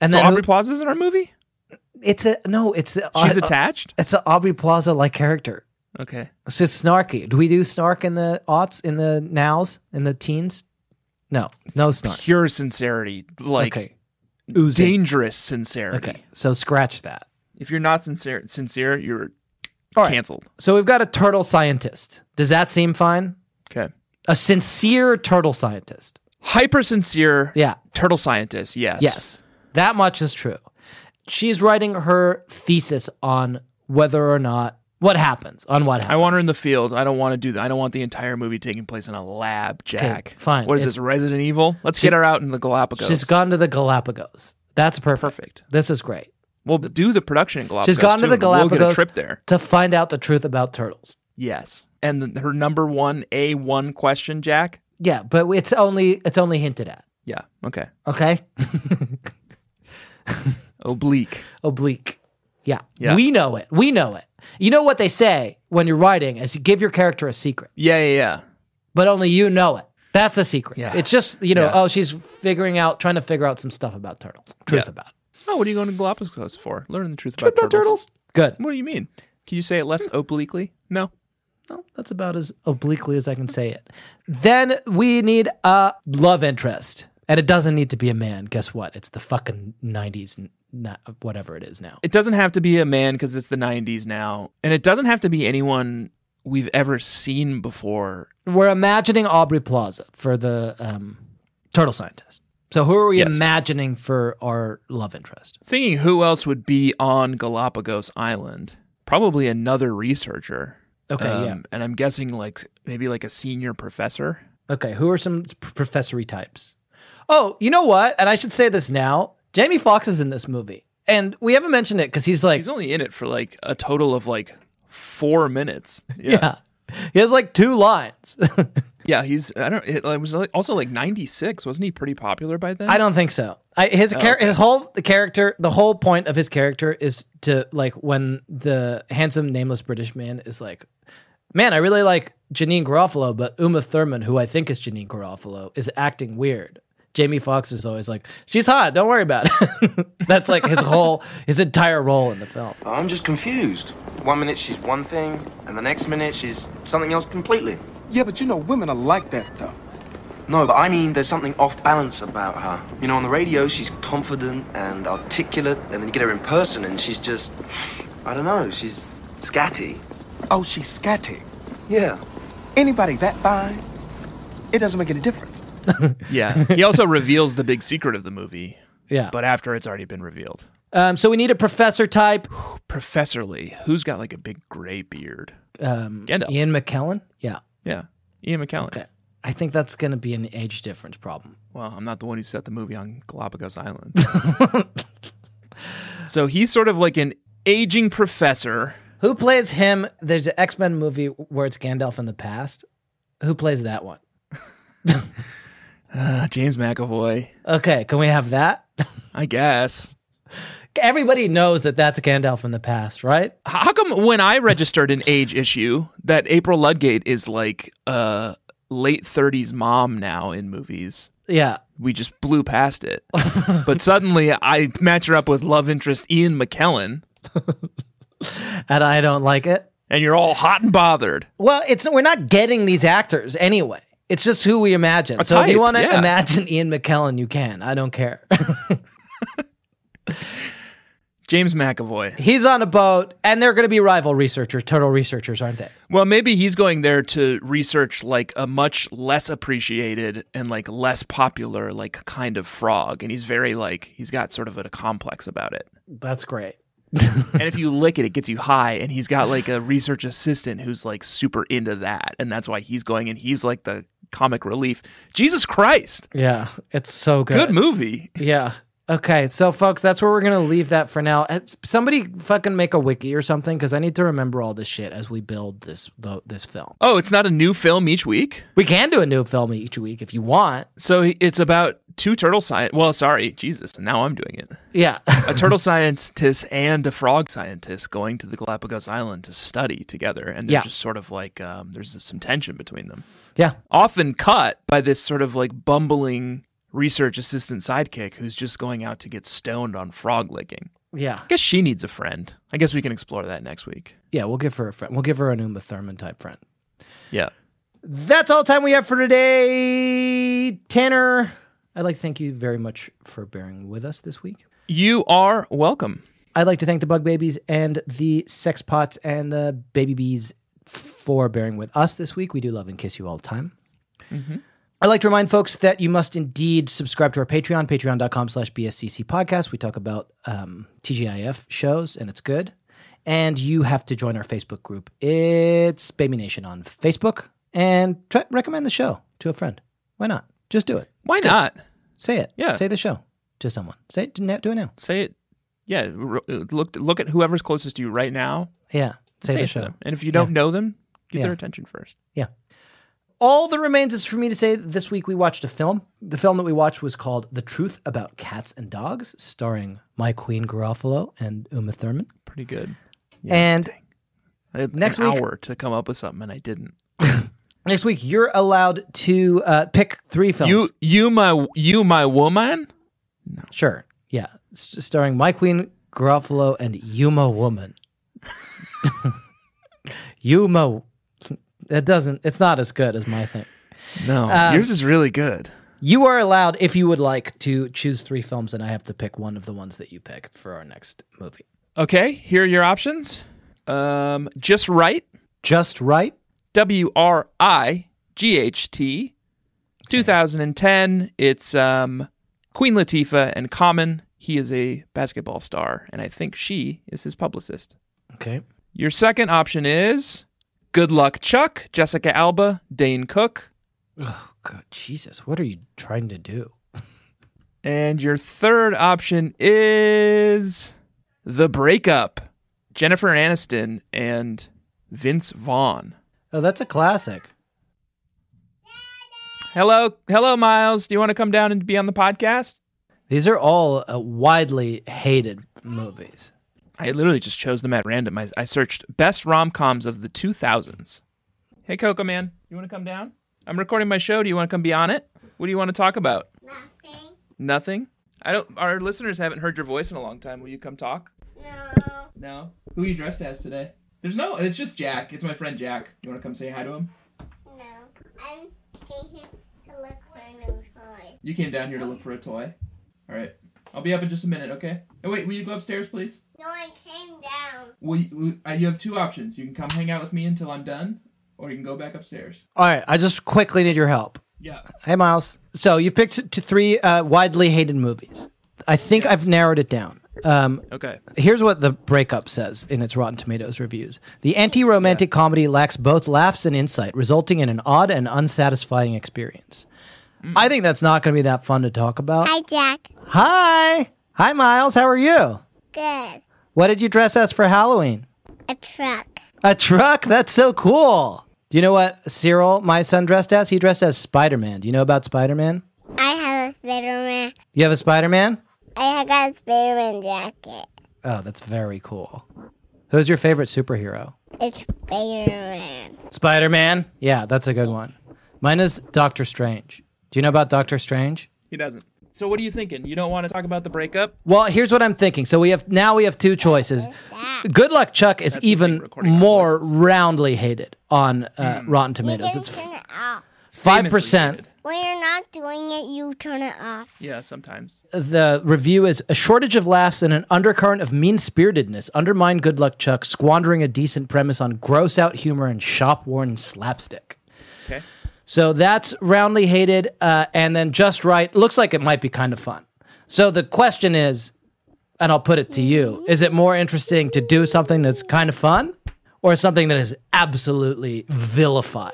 [SPEAKER 2] and
[SPEAKER 3] so
[SPEAKER 2] then who-
[SPEAKER 3] Aubrey Plaza's in our movie?
[SPEAKER 2] it's a no. It's a,
[SPEAKER 3] She's
[SPEAKER 2] uh,
[SPEAKER 3] attached?
[SPEAKER 2] It's an Aubrey Plaza like character.
[SPEAKER 3] Okay.
[SPEAKER 2] It's just snarky. Do we do snark in the aughts, in the nows, in the teens? No, no snark.
[SPEAKER 3] Pure sincerity, like
[SPEAKER 2] okay, oozing.
[SPEAKER 3] dangerous sincerity.
[SPEAKER 2] Okay, so scratch that.
[SPEAKER 3] If you're not sincere, sincere, you're
[SPEAKER 2] All right.
[SPEAKER 3] canceled.
[SPEAKER 2] So we've got a turtle scientist. Does that seem fine?
[SPEAKER 3] Okay.
[SPEAKER 2] A sincere turtle scientist.
[SPEAKER 3] Hyper sincere.
[SPEAKER 2] Yeah.
[SPEAKER 3] Turtle scientist. Yes.
[SPEAKER 2] Yes, that much is true. She's writing her thesis on whether or not what happens on what happens.
[SPEAKER 3] I want her in the field. I don't want to do that. I don't want the entire movie taking place in a lab, Jack.
[SPEAKER 2] fine.
[SPEAKER 3] What is
[SPEAKER 2] If-
[SPEAKER 3] this, Resident Evil? Let's get her out in the Galapagos.
[SPEAKER 2] She's gone to the Galapagos. That's perfect.
[SPEAKER 3] Perfect.
[SPEAKER 2] This is great.
[SPEAKER 3] We'll do the production in Galapagos.
[SPEAKER 2] She's gone to
[SPEAKER 3] too,
[SPEAKER 2] the
[SPEAKER 3] and we'll
[SPEAKER 2] Galapagos
[SPEAKER 3] get a trip there.
[SPEAKER 2] to find out the truth about turtles.
[SPEAKER 3] Yes. And the, her number one A1 question, Jack?
[SPEAKER 2] Yeah, but it's only it's only hinted at.
[SPEAKER 3] Yeah. Okay.
[SPEAKER 2] Okay,
[SPEAKER 3] Oblique.
[SPEAKER 2] oblique. Yeah.
[SPEAKER 3] Yeah.
[SPEAKER 2] we know it. We know it. You know what they say when you're writing is you give your character a secret,
[SPEAKER 3] Yeah, yeah, yeah.
[SPEAKER 2] but only you know it. That's the secret.
[SPEAKER 3] Yeah.
[SPEAKER 2] It's just you know,
[SPEAKER 3] Yeah.
[SPEAKER 2] oh, she's figuring out, trying to figure out some stuff about turtles. Truth
[SPEAKER 3] Yeah.
[SPEAKER 2] about it.
[SPEAKER 3] Oh, what are you going to Galapagos for? Learning the truth about, turtles. Hmm.
[SPEAKER 2] Good.
[SPEAKER 3] What do you mean? Can you say it less obliquely? No.
[SPEAKER 2] No, that's about as obliquely as I can say it. Then we need a love interest, and it doesn't need to be a man. Guess what? It's the fucking nineties, whatever it is now.
[SPEAKER 3] It doesn't have to be a man because it's the 90s now. And it doesn't have to be anyone we've ever seen before.
[SPEAKER 2] We're imagining Aubrey Plaza for the um, turtle scientist. So who are we
[SPEAKER 3] Yes.
[SPEAKER 2] imagining for our love interest?
[SPEAKER 3] Thinking who else would be on Galapagos Island? Probably another researcher. Um,
[SPEAKER 2] Okay, yeah.
[SPEAKER 3] And I'm guessing like maybe like a senior professor.
[SPEAKER 2] Okay, who are some p- professory types? Oh, you know what? And I should say this now. Jamie Foxx is in this movie, and we haven't mentioned it because he's like
[SPEAKER 3] He's only in it for like a total of like four minutes.
[SPEAKER 2] yeah. He has like two lines.
[SPEAKER 3] Yeah, he's. I don't. It, it was like- also like '96, wasn't he? Pretty popular by then.
[SPEAKER 2] I don't think so. I, his char- his whole the character the whole point of his character is to like when the handsome nameless British man is like, man, I really like Janine Garofalo, but Uma Thurman, who I think is Janine Garofalo, is acting weird. Jamie Foxx is always like, she's hot, don't worry about it. That's like his whole his entire role in the film.
[SPEAKER 8] I'm just confused. One minute she's one thing, and the next minute she's something else completely.
[SPEAKER 9] Yeah, but you know women are like that though.
[SPEAKER 8] No, but I mean there's something off balance about her. You know, on the radio she's confident and articulate, and then you get her in person and she's just, I don't know, she's scatty.
[SPEAKER 9] Oh, she's scatty.
[SPEAKER 8] Yeah.
[SPEAKER 9] Anybody that fine? It doesn't make any difference.
[SPEAKER 3] Yeah. He also reveals the big secret of the movie,
[SPEAKER 2] Yeah.
[SPEAKER 3] but after it's already been revealed.
[SPEAKER 2] um, so we need a professor type.
[SPEAKER 3] Professor Lee, who's got like a big gray beard.
[SPEAKER 2] Um,
[SPEAKER 3] Gandalf.
[SPEAKER 2] Ian McKellen. Yeah.
[SPEAKER 3] Yeah. Ian McKellen.
[SPEAKER 2] Okay. I think that's going to be an age difference problem.
[SPEAKER 3] Well, I'm not the one who set the movie on Galapagos Island. so he's sort of like an aging professor.
[SPEAKER 2] Who plays him? There's an X Men movie where it's Gandalf in the past. Who plays that one?
[SPEAKER 3] Uh, James McAvoy,
[SPEAKER 2] Okay, can we have that?
[SPEAKER 3] I guess.
[SPEAKER 2] Everybody knows that that's Gandalf in the past, right?
[SPEAKER 3] How come when I registered an age issue that April Ludgate is like a late 30s mom now in movies?
[SPEAKER 2] Yeah.
[SPEAKER 3] We just blew past it. but suddenly I match her up with love interest Ian McKellen
[SPEAKER 2] And I don't like it.
[SPEAKER 3] and you're all hot and bothered.
[SPEAKER 2] Well, it's we're not getting these actors anyway. It's just who we imagine.
[SPEAKER 3] A
[SPEAKER 2] so if you
[SPEAKER 3] type,
[SPEAKER 2] want to
[SPEAKER 3] yeah.
[SPEAKER 2] imagine Ian McKellen, you can. I don't care.
[SPEAKER 3] James McAvoy.
[SPEAKER 2] He's on a boat, and they're going to be rival researchers, turtle researchers, aren't they?
[SPEAKER 3] Well, maybe he's going there to research like a much less appreciated and like less popular like kind of frog and he's very like he's got sort of a complex about it.
[SPEAKER 2] That's great.
[SPEAKER 3] and if you lick it, it gets you high. And he's got like a research assistant who's like super into that, and that's why he's going. And he's like the comic relief. Jesus Christ, Uh,
[SPEAKER 2] Yeah, it's so good.
[SPEAKER 3] good movie.
[SPEAKER 2] Yeah. Okay. So, folks, that's where we're going to leave that for now. Uh, Somebody fucking make a wiki or something because I need to remember all this shit as we build this the, this film.
[SPEAKER 3] Oh, it's not a new film each week,
[SPEAKER 2] We can do a new film each week if you want.
[SPEAKER 3] so it's about two turtle science. Well, sorry, Jesus, now I'm doing it.
[SPEAKER 2] Yeah.
[SPEAKER 3] A turtle scientist and a frog scientist going to the Galapagos Island to study together, and they're
[SPEAKER 2] Yeah.
[SPEAKER 3] just sort of like um, there's some tension between them.
[SPEAKER 2] yeah.
[SPEAKER 3] often cut by this sort of like bumbling research assistant sidekick who's just going out to get stoned on frog licking.
[SPEAKER 2] Yeah.
[SPEAKER 3] I guess she needs a friend. I guess we can explore that next week.
[SPEAKER 2] Yeah, we'll give her a friend. We'll give her an Uma Thurman type friend.
[SPEAKER 3] Yeah.
[SPEAKER 2] That's all the time we have for today. Tanner, I'd like to thank you very much for bearing with us this week.
[SPEAKER 3] You are welcome.
[SPEAKER 2] I'd like to thank the Bug Babies and the Sex Pots and the Baby Bees for bearing with us this week. We do love and kiss you all the time.
[SPEAKER 3] Mm-hmm.
[SPEAKER 2] I'd like to remind folks that you must indeed subscribe to our Patreon, patreon.com slash BSCC podcast. We talk about um, TGIF shows and it's good. And you have to join our Facebook group. It's Baby Nation on Facebook and try, recommend the show to a friend. Why not? Just do it.
[SPEAKER 3] Why not?
[SPEAKER 2] Say it.
[SPEAKER 3] Yeah.
[SPEAKER 2] Say the show to someone. Say it. Do it now.
[SPEAKER 3] Say it. Yeah. r- uh, Look look at whoever's closest to you right now.
[SPEAKER 2] Yeah. Say, the
[SPEAKER 3] it to
[SPEAKER 2] show.
[SPEAKER 3] them. And if you don't know them, get
[SPEAKER 2] Yeah.
[SPEAKER 3] their attention first.
[SPEAKER 2] Yeah. All that remains is for me to say that this week we watched a film. The film that we watched was called The Truth About Cats and Dogs, starring my queen Garofalo and Uma Thurman.
[SPEAKER 3] Pretty good.
[SPEAKER 2] and
[SPEAKER 3] I had
[SPEAKER 2] Next
[SPEAKER 3] an
[SPEAKER 2] week-
[SPEAKER 3] hour to come up with something and I didn't.
[SPEAKER 2] next week you're allowed to uh, pick three films.
[SPEAKER 3] You you my you my woman?
[SPEAKER 2] Sure. Yeah. S- starring my queen Garofalo and Yuma Woman. Yuma. It doesn't, it's not as good as my thing.
[SPEAKER 3] No. yours is really good.
[SPEAKER 2] You are allowed, if you would like, to choose three films, and I have to pick one of the ones that you pick for our next movie.
[SPEAKER 3] Okay, here are your options. Um just right.
[SPEAKER 2] Just Right,
[SPEAKER 3] W R I G H T. 2010. It's um, Queen Latifah and Common. He is a basketball star, and I think she is his publicist.
[SPEAKER 2] Okay.
[SPEAKER 3] Your second option is Good Luck Chuck, Jessica Alba, Dane Cook.
[SPEAKER 2] Oh God, Jesus, what are you trying to do?
[SPEAKER 3] And your third option is The Breakup, Jennifer Aniston and Vince Vaughn.
[SPEAKER 2] Oh, that's a classic.
[SPEAKER 3] Hello, hello, Miles. Do you want to come down and be on the podcast?
[SPEAKER 2] These are all uh, widely hated movies.
[SPEAKER 3] I literally just chose them at random. I, I searched best rom coms of the 2000s. Hey, Coco Man, you want to come down? I'm recording my show. Do you want to come be on it? What do you want to talk about? Nothing. Nothing? I don't. Our listeners haven't heard your voice in a long time. Will you come talk? No. No. Who are you dressed as today? There's no. It's just Jack. It's my friend Jack. You want to come say hi to him?
[SPEAKER 10] No, I'm here to look for a new toy.
[SPEAKER 3] You came down here to look for a toy. All right. I'll be up in just a minute. Okay. Oh wait. Will you go upstairs, please?
[SPEAKER 10] No, I came down.
[SPEAKER 3] Well, you, uh, you have two options. You can come hang out with me until I'm done, or you can go back upstairs.
[SPEAKER 2] All right, I just quickly need your help.
[SPEAKER 3] Yeah.
[SPEAKER 2] Hey, Miles. So you've picked t- three uh, widely hated movies. I think I've narrowed it down. Um,
[SPEAKER 3] Okay.
[SPEAKER 2] Here's what the breakup says in its Rotten Tomatoes reviews. The anti romantic comedy lacks both laughs and insight, resulting in an odd and unsatisfying experience. I think that's not going to be that fun to talk about.
[SPEAKER 10] Hi, Jack.
[SPEAKER 2] Hi. Hi, Miles. How are you?
[SPEAKER 10] Good.
[SPEAKER 2] What did you dress as for Halloween?
[SPEAKER 10] A truck.
[SPEAKER 2] A truck? That's so cool. Do you know what Cyril, my son, dressed as? He dressed as Spider Man. Do you know about Spider Man?
[SPEAKER 10] I have a Spider-Man.
[SPEAKER 2] You have a Spider Man?
[SPEAKER 10] I have got a Spider-Man jacket.
[SPEAKER 2] Oh, that's very cool. Who's your favorite superhero?
[SPEAKER 10] It's Spider-Man.
[SPEAKER 2] Spider Man? Yeah, that's a good one. Mine is Doctor Strange. Do you know about Doctor Strange?
[SPEAKER 3] He doesn't. So what are you thinking? You don't want to talk about the breakup?
[SPEAKER 2] Well, here's what I'm thinking. So we have now we have two choices. Good Luck Chuck is
[SPEAKER 3] the thing,
[SPEAKER 2] even
[SPEAKER 3] recording our
[SPEAKER 2] more roundly hated on uh, Rotten Tomatoes.
[SPEAKER 10] you
[SPEAKER 2] It's
[SPEAKER 10] can turn it off.
[SPEAKER 2] five percent.
[SPEAKER 10] When you're not doing it, you turn it off.
[SPEAKER 3] Yeah, sometimes.
[SPEAKER 2] The review is a shortage of laughs and an undercurrent of mean spiritedness undermine Good Luck Chuck, squandering a decent premise on gross out humor and shop worn slapstick.
[SPEAKER 3] Okay.
[SPEAKER 2] So that's roundly hated, uh, and then just right. Looks like it might be kind of fun. So the question is, and I'll put it to you: Is it more interesting to do something that's kind of fun, or something that is absolutely vilified?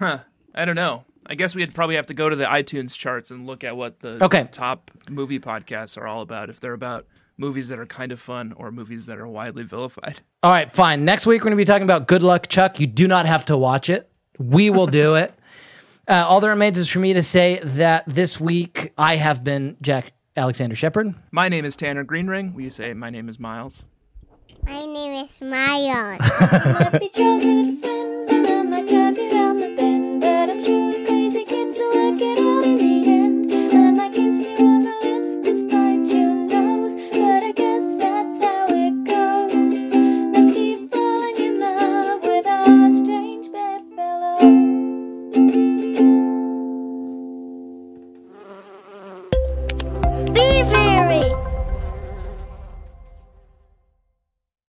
[SPEAKER 3] Huh. I don't know. I guess we'd probably have to go to the iTunes charts and look at what the
[SPEAKER 2] Okay.
[SPEAKER 3] top movie podcasts are all about. If they're about movies that are kind of fun or movies that are widely vilified.
[SPEAKER 2] All right, fine. Next week we're going to be talking about Good Luck Chuck. You do not have to watch it. We will do it. Uh, all that remains is for me to say that this week I have been Jack Alexander Shepard.
[SPEAKER 3] My name is Tanner Greenring. Will you say my name is Miles?
[SPEAKER 10] My name is Miles.
[SPEAKER 1] Happy childhood